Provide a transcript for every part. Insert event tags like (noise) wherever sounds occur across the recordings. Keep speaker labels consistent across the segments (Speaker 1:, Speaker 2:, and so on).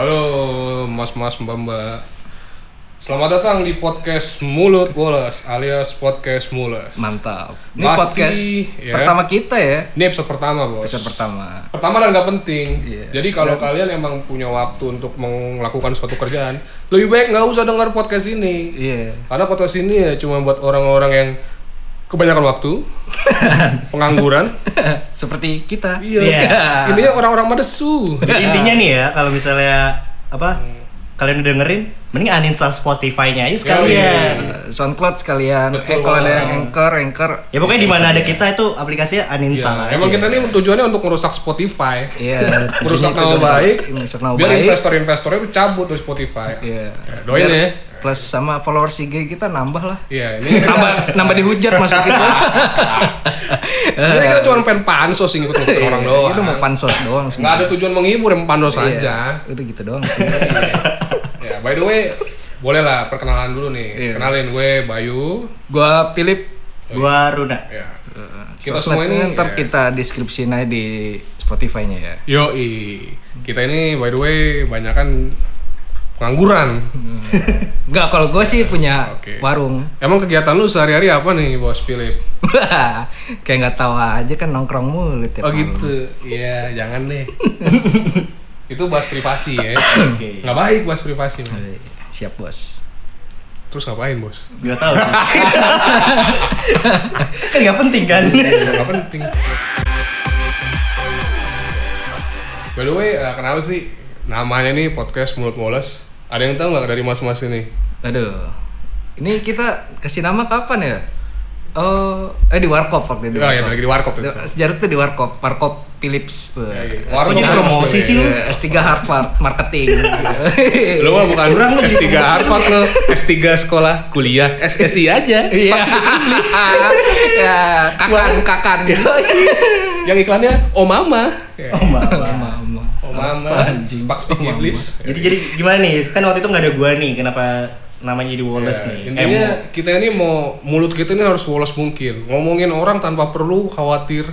Speaker 1: Halo mas-mas mbak-mbak Selamat datang di podcast Mulut Woles alias podcast Mules
Speaker 2: Mantap. Ini
Speaker 1: Pasti,
Speaker 2: podcast
Speaker 1: ya.
Speaker 2: pertama kita ya.
Speaker 1: Ini episode pertama bos
Speaker 2: Episode pertama.
Speaker 1: Pertama dan gak penting
Speaker 2: Iya.
Speaker 1: Jadi kalau kalian emang punya waktu untuk melakukan suatu kerjaan Lebih baik nggak usah dengar podcast ini
Speaker 2: Iya. (laughs)
Speaker 1: Karena podcast ini ya cuma buat orang-orang yang kebanyakan
Speaker 2: (laughs)
Speaker 1: waktu Pengangguran
Speaker 2: Seperti kita. Eh,
Speaker 1: Iya Ini orang-orang madesu (laughs)
Speaker 3: Jadi intinya nih ya, kalau misalnya apa kalian udah dengerin, mending uninstall Spotify-nya aja sekalian.
Speaker 1: Hmm. Yoi.
Speaker 2: SoundCloud sekalian.
Speaker 1: Betul
Speaker 2: eh, kalau ada
Speaker 1: banget.
Speaker 2: yang anchor, anchor.
Speaker 3: Ya pokoknya di mana ada kita itu aplikasinya
Speaker 1: Ya,
Speaker 3: uninstall aja.
Speaker 1: emang kita ini tujuannya untuk merusak Spotify (laughs)
Speaker 2: Iya.
Speaker 1: merusak nama
Speaker 2: tentunya itu
Speaker 1: baik,
Speaker 2: dong. Merusak nama
Speaker 1: biar
Speaker 2: baik.
Speaker 1: investor-investornya itu cabut dari Spotify.
Speaker 2: Iya.
Speaker 1: Ya, Doain ya.
Speaker 2: Plus sama followers IG kita nambah lah.
Speaker 1: Iya, ini (laughs)
Speaker 2: Nambah (laughs) nambah dihujat Eh, masuk kita.
Speaker 1: ini kita cuma pengen pansos yang ikut ngikutin orang doang.
Speaker 2: Itu iya, mau pansos doang
Speaker 1: Nggak
Speaker 2: semua.
Speaker 1: ada tujuan menghibur, yang pansos
Speaker 2: Iya.
Speaker 1: aja.
Speaker 2: Udah gitu doang sih.
Speaker 1: ya, by the way, boleh lah perkenalan dulu nih.
Speaker 2: Iya.
Speaker 1: Kenalin gue Bayu.
Speaker 2: Gua Philip
Speaker 3: Gua Runa.
Speaker 1: Ya. Kita
Speaker 2: Kita
Speaker 1: semua ini
Speaker 2: ntar
Speaker 1: ya.
Speaker 2: kita deskripsiin aja di Spotify-nya ya.
Speaker 1: Yoi. Kita ini by the way banyak kan pengangguran.
Speaker 2: Hmm. Enggak, kalau gue sih punya
Speaker 1: Oke.
Speaker 2: warung. (laughs)
Speaker 1: Emang kegiatan lu sehari-hari apa nih, Bos Philip?
Speaker 2: Kayak nggak tahu aja kan nongkrong mulu
Speaker 1: Oh
Speaker 2: tiap malam.
Speaker 1: gitu, iya jangan
Speaker 2: (laughs)
Speaker 1: deh. itu bahas privasi ya,
Speaker 3: Oke.
Speaker 1: nggak baik bahas privasi. Mas.
Speaker 2: Eh, Siap bos.
Speaker 1: Terus ngapain bos?
Speaker 3: Gak
Speaker 1: (laughs)
Speaker 3: tau. (laughs) kan gak penting kan?
Speaker 1: Nggak penting. By the way, eh, kenapa sih namanya nih podcast mulut moles? Ada yang tahu nggak dari mas-mas ini?
Speaker 2: Aduh. Ini kita kasih nama kapan ya? Oh, eh di Warkop waktu itu.
Speaker 1: Oh ya, lagi di warkop itu.
Speaker 2: Di- Sejarah tuh di Warkop, Warkop Philips.
Speaker 1: Ya, iya.
Speaker 2: Eh,
Speaker 1: Warung
Speaker 3: jadi
Speaker 1: harus
Speaker 3: promosi
Speaker 1: boleh.
Speaker 3: sih lu.
Speaker 2: eh, S3 Harvard Marketing.
Speaker 1: (laughs) Lu mah bukan
Speaker 3: Curang lu
Speaker 1: S3
Speaker 3: jadi promosi.
Speaker 1: Harvard lu, S3 sekolah kuliah SSI aja.
Speaker 2: Iya.
Speaker 1: Spasi bahasa Inggris.
Speaker 2: (laughs)
Speaker 1: Iya.
Speaker 2: Ya, kakan kakan.
Speaker 1: Yang iklannya Oh Mama. Ya.
Speaker 3: (laughs) Oh,
Speaker 1: (laughs)
Speaker 3: mama.
Speaker 2: Mama.
Speaker 1: Oh Mama, Spak Speak English.
Speaker 3: Jadi jadi gimana nih? Kan waktu itu gak ada gua nih, kenapa namanya jadi Wallace nih?
Speaker 1: Iya. Intinya kita ini mau mulut kita ini harus woles mungkin. Ngomongin orang tanpa perlu khawatir
Speaker 2: (laughs)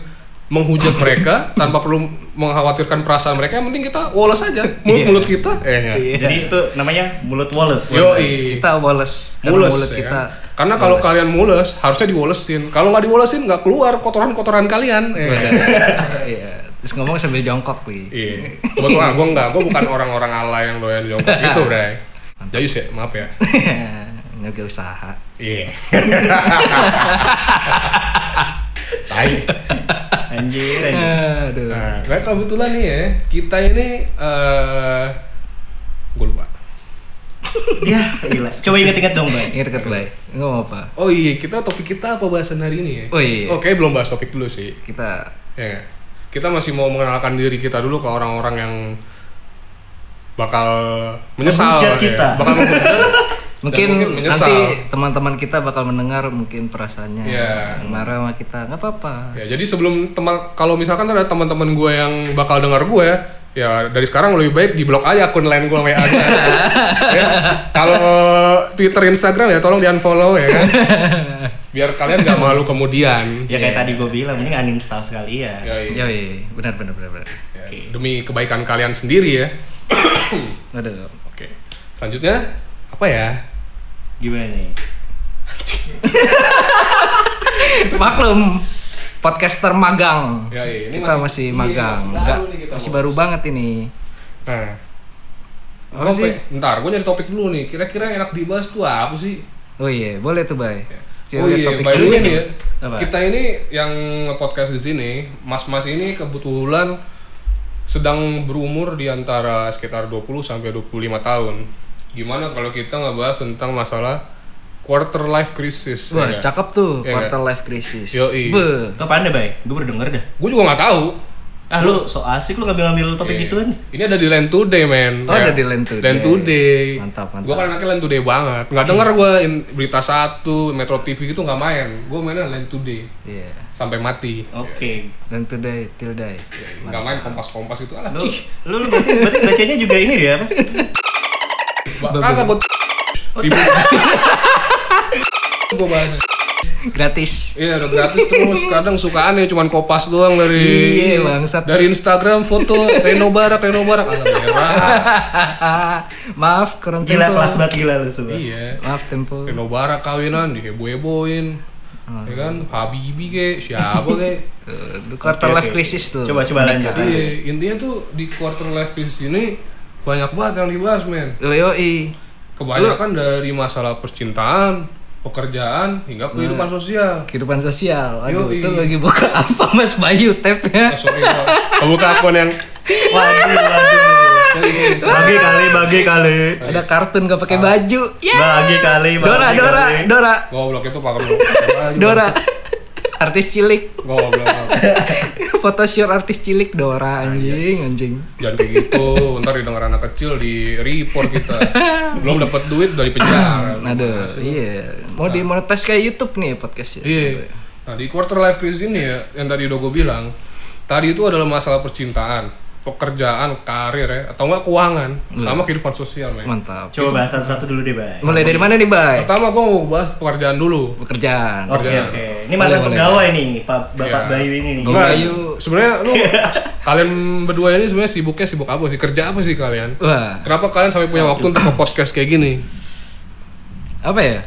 Speaker 1: menghujat mereka, tanpa perlu mengkhawatirkan perasaan mereka. Yang penting kita woles
Speaker 2: (laughs)
Speaker 1: aja
Speaker 2: Iya.
Speaker 1: mulut-mulut kita. Eh, ya.
Speaker 3: Em. Jadi itu namanya mulut Wallace.
Speaker 1: Yoi.
Speaker 2: Kita woles. Karena
Speaker 1: Iya. Mules,
Speaker 2: mulut
Speaker 1: ya
Speaker 2: kita.
Speaker 1: kan? Karena kalau
Speaker 2: woles.
Speaker 1: kalian mules, harusnya diwolesin. Kalau nggak diwolesin, nggak keluar kotoran-kotoran kalian. Eh.
Speaker 2: (laughs) Iya. Terus ngomong sambil jongkok nih.
Speaker 1: (laughs) Iya. Kebetulan gue nggak, gue bukan orang-orang ala yang doyan jongkok itu,
Speaker 2: (laughs)
Speaker 1: Bray. Jayus ya, maaf ya.
Speaker 2: (laughs) Nggak usaha.
Speaker 1: Iya. (laughs) Tai.
Speaker 3: Anjir, anjir.
Speaker 1: (laughs)
Speaker 2: Aduh.
Speaker 1: Nah, karena kebetulan nih ya, kita ini eh gue lupa.
Speaker 3: Ya, gila. Coba inget-inget dong, Bang.
Speaker 2: Ini dekat baik. Nggak mau apa.
Speaker 1: Oh iya, kita topik kita apa bahasan hari ini ya?
Speaker 2: Oh iya.
Speaker 1: Oke, belum bahas topik dulu sih.
Speaker 2: Kita
Speaker 1: Ya. nggak? Kita masih mau mengenalkan diri kita dulu ke orang-orang yang bakal menyesal ya.
Speaker 3: Menghujat kita.
Speaker 1: Bakal menghujat.
Speaker 2: mungkin,
Speaker 1: mungkin menyesal.
Speaker 2: nanti teman-teman kita bakal mendengar mungkin perasaannya
Speaker 1: Iya.
Speaker 2: yang marah sama kita nggak apa-apa
Speaker 1: ya, jadi sebelum teman kalau misalkan ada teman-teman gue yang bakal dengar gue ya dari sekarang lebih baik di blok aja akun lain gue
Speaker 2: (laughs)
Speaker 1: WA -nya. ya. Kalau Twitter Instagram ya tolong di unfollow ya kan. Biar kalian gak malu kemudian.
Speaker 3: Ya kayak tadi gue bilang, mending uninstall sekalian.
Speaker 1: Ya, iya.
Speaker 2: ya benar benar benar benar
Speaker 1: Ya, demi kebaikan kalian sendiri ya.
Speaker 2: aduh
Speaker 1: Oke. Selanjutnya apa ya?
Speaker 3: Gimana nih?
Speaker 2: maklum podcaster magang
Speaker 1: Ya, iya. Ini
Speaker 2: kita
Speaker 1: masih-
Speaker 2: masih,
Speaker 1: iya,
Speaker 2: magang
Speaker 1: masih baru
Speaker 2: Nggak-
Speaker 1: nih kita,
Speaker 2: masih
Speaker 1: Bos.
Speaker 2: baru banget ini
Speaker 1: Nah,
Speaker 2: apa sih
Speaker 1: Ntar, gue nyari topik dulu nih. Kira-kira enak dibahas tuh apa sih?
Speaker 2: oh iya boleh tuh bay Coba
Speaker 1: oh
Speaker 2: lihat
Speaker 1: iya,
Speaker 2: topik
Speaker 1: by the
Speaker 2: dulu
Speaker 1: way
Speaker 2: nih.
Speaker 1: nih ya,
Speaker 3: Apa?
Speaker 1: kita ini yang podcast di sini, mas-mas ini kebetulan sedang berumur di antara sekitar 20 sampai 25 tahun. Gimana kalau kita ngebahas tentang masalah quarter life crisis?
Speaker 2: wah cakep tuh
Speaker 1: Iya,
Speaker 2: quarter
Speaker 1: nggak?
Speaker 2: life crisis
Speaker 1: Yoi.
Speaker 2: Be.
Speaker 3: Itu apaan deh, Bay? Gue baru denger dah.
Speaker 1: Gue juga nggak tahu.
Speaker 3: Ah, lu so asik lu ngambil-ngambil topik gituan.
Speaker 1: Ini ada di Land Today, men.
Speaker 2: Oh, ada di Land Today.
Speaker 1: Land Today.
Speaker 2: Mantap, mantap.
Speaker 1: Gue kan anaknya Land Today banget. Nggak denger gue berita satu, Metro TV gitu nggak main. Gue mainnya Land Today.
Speaker 2: Iya.
Speaker 1: Sampai mati.
Speaker 3: Oke.
Speaker 2: dan today till day
Speaker 1: Nggak main kompas-kompas gitu. Alah,
Speaker 3: Lu,
Speaker 1: cih.
Speaker 3: lu, lu berarti, berarti bacanya juga ini dia apa?
Speaker 1: Ba- Kagak gue Ribut. Gue bahas
Speaker 2: (laughs) gratis
Speaker 1: Iya udah gratis terus kadang suka aneh cuman kopas doang dari
Speaker 2: Iya, bangsat.
Speaker 1: dari Instagram foto Reno Barak Reno Barak alam merah
Speaker 2: maaf kurang
Speaker 3: Gila
Speaker 2: tempo.
Speaker 3: kelas banget gila lu semua.
Speaker 1: iya
Speaker 2: maaf tempo
Speaker 1: Reno Barak kawinan diheboh-hebohin
Speaker 2: Ah.
Speaker 1: ya kan Habibi ke siapa ke
Speaker 2: Tuh, quarter
Speaker 3: Oke,
Speaker 2: life
Speaker 3: oke.
Speaker 2: crisis tuh
Speaker 3: Coba coba lanjut.
Speaker 1: Jadi
Speaker 2: Ah.
Speaker 1: intinya tuh di quarter life crisis ini banyak banget yang dibahas men.
Speaker 2: yo
Speaker 1: Kebanyakan dari masalah percintaan, pekerjaan hingga
Speaker 2: Nah.
Speaker 1: kehidupan sosial.
Speaker 2: kehidupan sosial aduh
Speaker 1: Yoi.
Speaker 2: itu lagi buka (laughs) apa mas Bayu
Speaker 1: Oh,
Speaker 2: tapnya
Speaker 1: sorry, gua kebuka akun yang
Speaker 3: Waduh, waduh.
Speaker 1: Sorry, sorry, sorry.
Speaker 3: Bagi kali, bagi kali.
Speaker 2: ada kartun gak pakai baju ya
Speaker 3: Bagi kali, bagi
Speaker 2: Dora
Speaker 3: kali.
Speaker 2: Dora Dora
Speaker 1: goblok itu pakai
Speaker 2: Dora (laughs) artis cilik (laughs)
Speaker 1: Goblok.
Speaker 2: photoshoot artis cilik Dora
Speaker 1: Ah,
Speaker 2: anjing anjing
Speaker 1: Jangan kayak gitu, ntar didengar anak kecil di report kita. Belum dapat duit dari
Speaker 2: (clears throat)
Speaker 1: penjara.
Speaker 2: aduh iya mau dimonetize kayak YouTube nih podcastnya
Speaker 1: Iya. Nah di quarter life crisis ini ya yang tadi udah gue bilang tadi itu adalah masalah percintaan, pekerjaan, karir ya atau enggak keuangan sama kehidupan sosial men.
Speaker 2: Iya. mantap
Speaker 3: Coba bahas satu-satu dulu deh, Bay.
Speaker 2: mulai dari mana nih Bay
Speaker 1: Pertama gue mau bahas pekerjaan dulu.
Speaker 2: pekerjaan
Speaker 3: Oke,
Speaker 1: Kerjaan.
Speaker 3: oke. Ini mantan
Speaker 2: Boleh, boleh.
Speaker 3: pegawai nih, Pak Bapak
Speaker 1: Iya.
Speaker 3: Bayu ini nih.
Speaker 2: Enggak.
Speaker 1: Enggak,
Speaker 2: Bayu.
Speaker 1: sebenarnya
Speaker 2: (laughs)
Speaker 1: lu kalian berdua ini sebenarnya sibuknya sibuk apa sih? Kerja apa sih kalian?
Speaker 2: wah
Speaker 1: Kenapa kalian sampai punya waktu
Speaker 2: (clears throat)
Speaker 1: untuk podcast kayak gini?
Speaker 2: apa ya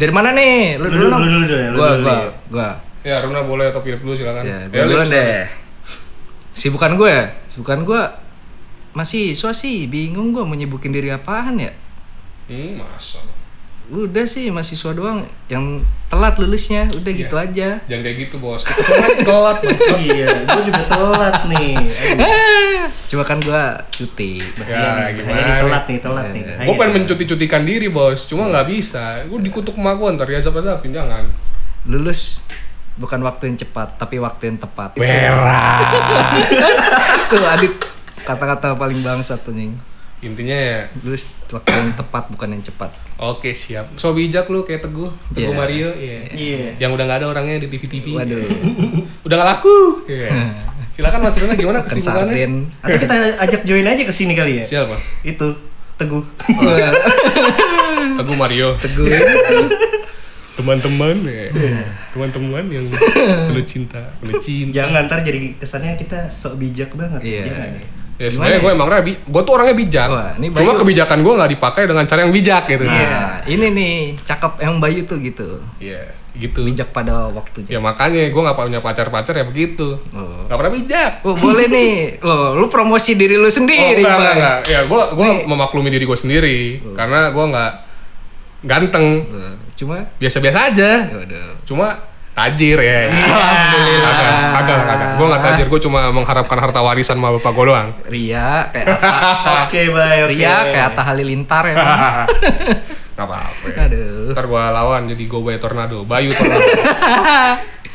Speaker 2: dari mana nih lu
Speaker 3: Lu
Speaker 2: dulu
Speaker 3: dulu,
Speaker 2: dong
Speaker 3: lu dulu deh, lu
Speaker 2: gua
Speaker 3: dulu
Speaker 2: gua
Speaker 3: deh.
Speaker 2: gua
Speaker 1: Ya, Runa boleh atau Philip dulu silakan.
Speaker 2: ya gua
Speaker 1: Eh, lu
Speaker 2: dulu
Speaker 1: silakan.
Speaker 2: deh sibukan gue ya sibukan gue masih siswa sih bingung gue menyibukin diri apaan ya
Speaker 1: Hmm, masa.
Speaker 2: udah sih mahasiswa doang yang telat lulusnya udah gitu aja
Speaker 1: Jangan kayak gitu, Bos. Kita semua telat,
Speaker 2: (laughs)
Speaker 1: Bos.
Speaker 3: Iya, gua juga telat nih. Aduh,
Speaker 2: cuma kan gue cuti
Speaker 3: bahaya
Speaker 1: Ya, gimana
Speaker 3: nih, bahaya nih,
Speaker 1: nih?
Speaker 3: Iya, telat nih, telat nih.
Speaker 1: Gue pengen mencuti-cutikan diri bos, cuma nggak bisa. Gue dikutuk emak gue ntar ya siapa siapa jangan.
Speaker 2: lulus bukan waktu yang cepat tapi waktu yang tepat
Speaker 1: Merah.
Speaker 2: itu adit kata-kata paling bangsat tuh Nying.
Speaker 1: Intinya ya,
Speaker 2: lulus waktu yang tepat bukan yang cepat
Speaker 1: oke siap. So bijak lu kayak teguh, teguh
Speaker 2: Iya.
Speaker 1: Mario, iya.
Speaker 3: Iya.
Speaker 1: Yang udah nggak ada orangnya di TV-TV.
Speaker 2: waduh
Speaker 1: Udah nggak laku.
Speaker 2: (laughs)
Speaker 1: Iya. Silakan Mas Rina gimana
Speaker 2: kan
Speaker 1: kesibukannya?
Speaker 2: sarden
Speaker 3: Atau kita ajak join aja ke sini kali ya?
Speaker 1: Siapa?
Speaker 3: Itu Teguh.
Speaker 2: Wah,
Speaker 1: Teguh Mario.
Speaker 2: teguh
Speaker 1: Teman-teman, ya. teman-teman
Speaker 2: (laughs)
Speaker 1: yang penuh cinta, penuh cinta.
Speaker 3: Jangan ntar jadi kesannya kita sok bijak banget.
Speaker 2: Iya.
Speaker 3: Jangan ya.
Speaker 1: Ya sebenarnya gue emang rabi, gue tuh orangnya bijak.
Speaker 2: Wah, ini
Speaker 1: Cuma
Speaker 2: Bayu-
Speaker 1: kebijakan gue nggak dipakai dengan cara yang bijak gitu.
Speaker 2: Nah, ini nih cakep yang Bayu tuh gitu.
Speaker 1: Iya, gitu.
Speaker 2: Bijak pada
Speaker 1: Ya
Speaker 2: waktunya.
Speaker 1: makanya gue nggak punya pacar-pacar ya begitu.
Speaker 2: Oh.
Speaker 1: Nggak pernah bijak.
Speaker 2: Oh, boleh nih. Loh, lu promosi diri lu
Speaker 1: Oh,
Speaker 2: sendiri,
Speaker 1: enggak,
Speaker 2: Bay.
Speaker 1: enggak, enggak. Ya gue gua memaklumi diri gue sendiri karena gue nggak ganteng,
Speaker 2: Loh, Cuma
Speaker 1: biasa-biasa aja.
Speaker 2: waduh.
Speaker 1: Cuma tajir ya.
Speaker 2: Iya. Alhamdulillah.
Speaker 1: Kagak, kagak, kagak. Gue nggak tajir, gue cuma mengharapkan harta warisan sama bapak gue doang.
Speaker 2: Ria kayak Atta-
Speaker 3: Oke, Bay. Oke.
Speaker 2: Ria Iya, kayak Atta Halilintar ya.
Speaker 1: (laughs)
Speaker 2: Bang.
Speaker 1: Gak apa-apa. ya.
Speaker 2: Aduh.
Speaker 1: Ntar gue lawan jadi gue bay tornado, bayu tornado.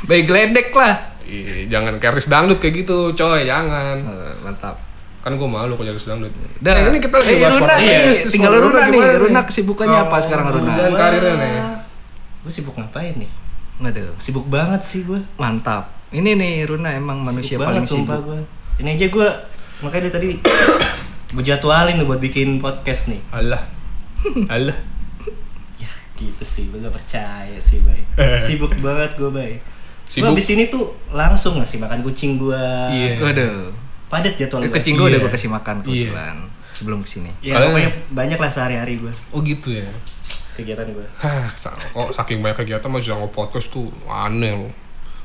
Speaker 2: Bayi gledek lah.
Speaker 1: Ih, Iya, jangan kayak Riz dangdut kayak gitu, coy, jangan.
Speaker 2: Eh, mantap.
Speaker 1: Kan gue malu punya Riz dangdut.
Speaker 2: Dah.
Speaker 1: Eh, ini kita lagi
Speaker 2: Eh,
Speaker 1: bahas
Speaker 2: Runa,
Speaker 1: podcast.
Speaker 2: nih,
Speaker 1: Iya,
Speaker 2: tinggal
Speaker 1: Runa
Speaker 2: Runa nih.
Speaker 1: gimana nih? Oh.
Speaker 2: Runa kesibukannya apa sekarang Runa?
Speaker 1: Kerjaan karirnya nih.
Speaker 3: Gue sibuk ngapain nih?
Speaker 2: Aduh.
Speaker 3: Sibuk banget sih gue.
Speaker 2: Mantap. Ini nih Runa emang manusia
Speaker 3: Sibuk
Speaker 2: paling
Speaker 3: banget, sumpah
Speaker 2: sibuk.
Speaker 3: gue. Ini aja gue makanya dari tadi (coughs) gue jadwalin nih buat bikin podcast nih.
Speaker 1: Allah. Allah.
Speaker 3: Ya gitu sih, gue gak percaya sih
Speaker 1: (laughs)
Speaker 3: bay. Sibuk banget gue bay. Gue
Speaker 1: Sibuk.
Speaker 3: abis ini tuh langsung ngasih makan kucing gue.
Speaker 1: Iya.
Speaker 2: Waduh.
Speaker 3: Padat jadwal gue.
Speaker 2: Kucing gue udah
Speaker 1: Iya.
Speaker 2: gue kasih makan kebetulan sebelum kesini.
Speaker 3: Ya
Speaker 1: Kalian-
Speaker 3: pokoknya banyak lah sehari-hari gue
Speaker 1: Oh gitu ya.
Speaker 3: kegiatan
Speaker 1: (laughs)
Speaker 3: gue.
Speaker 1: Hah, sa- kok saking banyak kegiatan masih jangan podcast tuh aneh loh.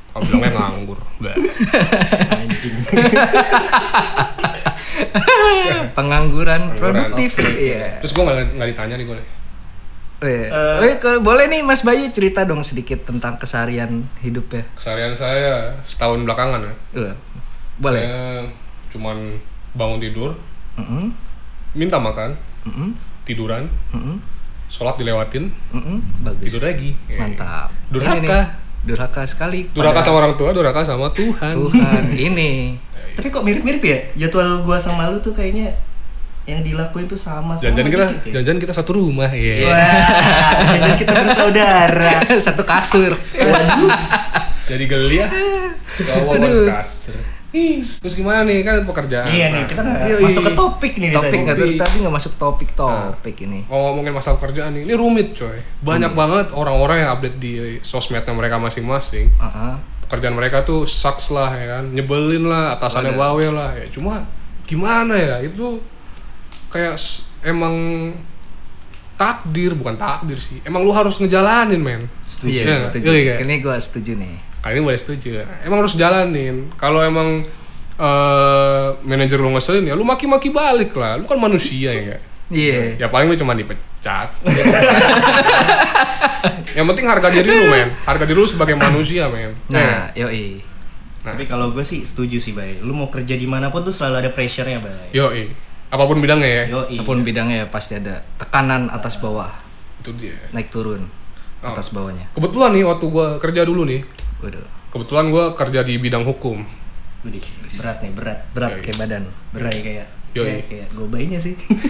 Speaker 1: Kalau bilangnya nganggur. Bah.
Speaker 3: Anjing.
Speaker 1: Iya.
Speaker 2: Pengangguran produktif. Iya.
Speaker 1: Terus gue nggak nggak ditanya nih gue. nih.
Speaker 2: Eh, eh, kalau boleh nih Mas Bayu cerita dong sedikit tentang keseharian hidupnya.
Speaker 1: Keseharian saya setahun belakangan ya.
Speaker 2: Eh, boleh.
Speaker 1: Saya cuman bangun tidur,
Speaker 2: Mm-mm,
Speaker 1: minta makan,
Speaker 2: mm-mm,
Speaker 1: tiduran,
Speaker 2: mm-mm,
Speaker 1: sholat dilewatin,
Speaker 2: mm-mm. Bagus.
Speaker 1: tidur lagi.
Speaker 2: Mantap.
Speaker 1: Durhaka.
Speaker 2: Ini nih, durhaka sekali.
Speaker 1: Durhaka
Speaker 2: pada
Speaker 1: sama orang tua, durhaka sama Tuhan.
Speaker 2: Tuhan
Speaker 1: (laughs)
Speaker 2: ini.
Speaker 3: Tapi kok mirip-mirip ya? Jadwal gue sama lu tuh kayaknya yang dilakuin tuh sama sama.
Speaker 1: Jangan-jangan kita,
Speaker 3: dikit ya. Iya.
Speaker 1: jangan kita satu rumah ya.
Speaker 3: Wah, jangan kita bersaudara.
Speaker 1: Iya,
Speaker 2: Satu kasur.
Speaker 3: (laughs)
Speaker 1: Jadi geli ya. Cowok harus kasar. Ih, Terus gimana nih kan itu pekerjaan.
Speaker 3: Iya nih, kita nggak
Speaker 1: Yoi.
Speaker 3: masuk ke topik nih
Speaker 2: Nah, Topik
Speaker 1: iya,
Speaker 2: nggak
Speaker 3: tadi.
Speaker 2: tadi tadi nggak masuk topik topik ini.
Speaker 1: Kalau ngomongin masalah kerjaan nih, ini rumit coy. Banyak banget orang-orang yang update di sosmednya mereka masing-masing.
Speaker 2: Heeh.
Speaker 1: Pekerjaan mereka tuh sucks lah ya kan, nyebelin lah, atasannya bawel lah. Ya cuma gimana ya itu kayak s- emang takdir bukan takdir sih. Emang lu harus ngejalanin men.
Speaker 2: Iya,
Speaker 1: Iya nggak?
Speaker 2: setuju.
Speaker 1: Iya nggak?
Speaker 2: Ini gue setuju nih.
Speaker 1: Kali ini boleh setuju. Emang harus jalanin. Kalau emang eh manajer lu ngeselin ya lu maki-maki balik lah. Lu kan manusia ya nggak?
Speaker 2: Iya.
Speaker 1: Ya paling lu cuma
Speaker 2: (laughs)
Speaker 1: dipecat. yang penting harga diri lu, men. Harga diri lu sebagai manusia, men.
Speaker 2: Nah,
Speaker 1: Iya.
Speaker 2: yoi.
Speaker 3: Tapi kalau gue sih setuju sih, Bay. Lu mau kerja dimanapun tuh selalu ada pressure-nya, Bay.
Speaker 1: yoi. Apapun bidangnya ya.
Speaker 3: Yo,
Speaker 2: Apapun bidangnya ya pasti ada tekanan atas bawah,
Speaker 1: Itu dia.
Speaker 2: naik turun
Speaker 1: Oh.
Speaker 2: atas bawahnya.
Speaker 1: Kebetulan nih waktu gua kerja dulu nih.
Speaker 2: Waduh,
Speaker 1: Kebetulan gua kerja di bidang hukum.
Speaker 3: berat nih, berat.
Speaker 2: berat kayak badan.
Speaker 3: Berat kayak
Speaker 1: Yoi.
Speaker 3: kayak, kayak gobainya sih. (laughs)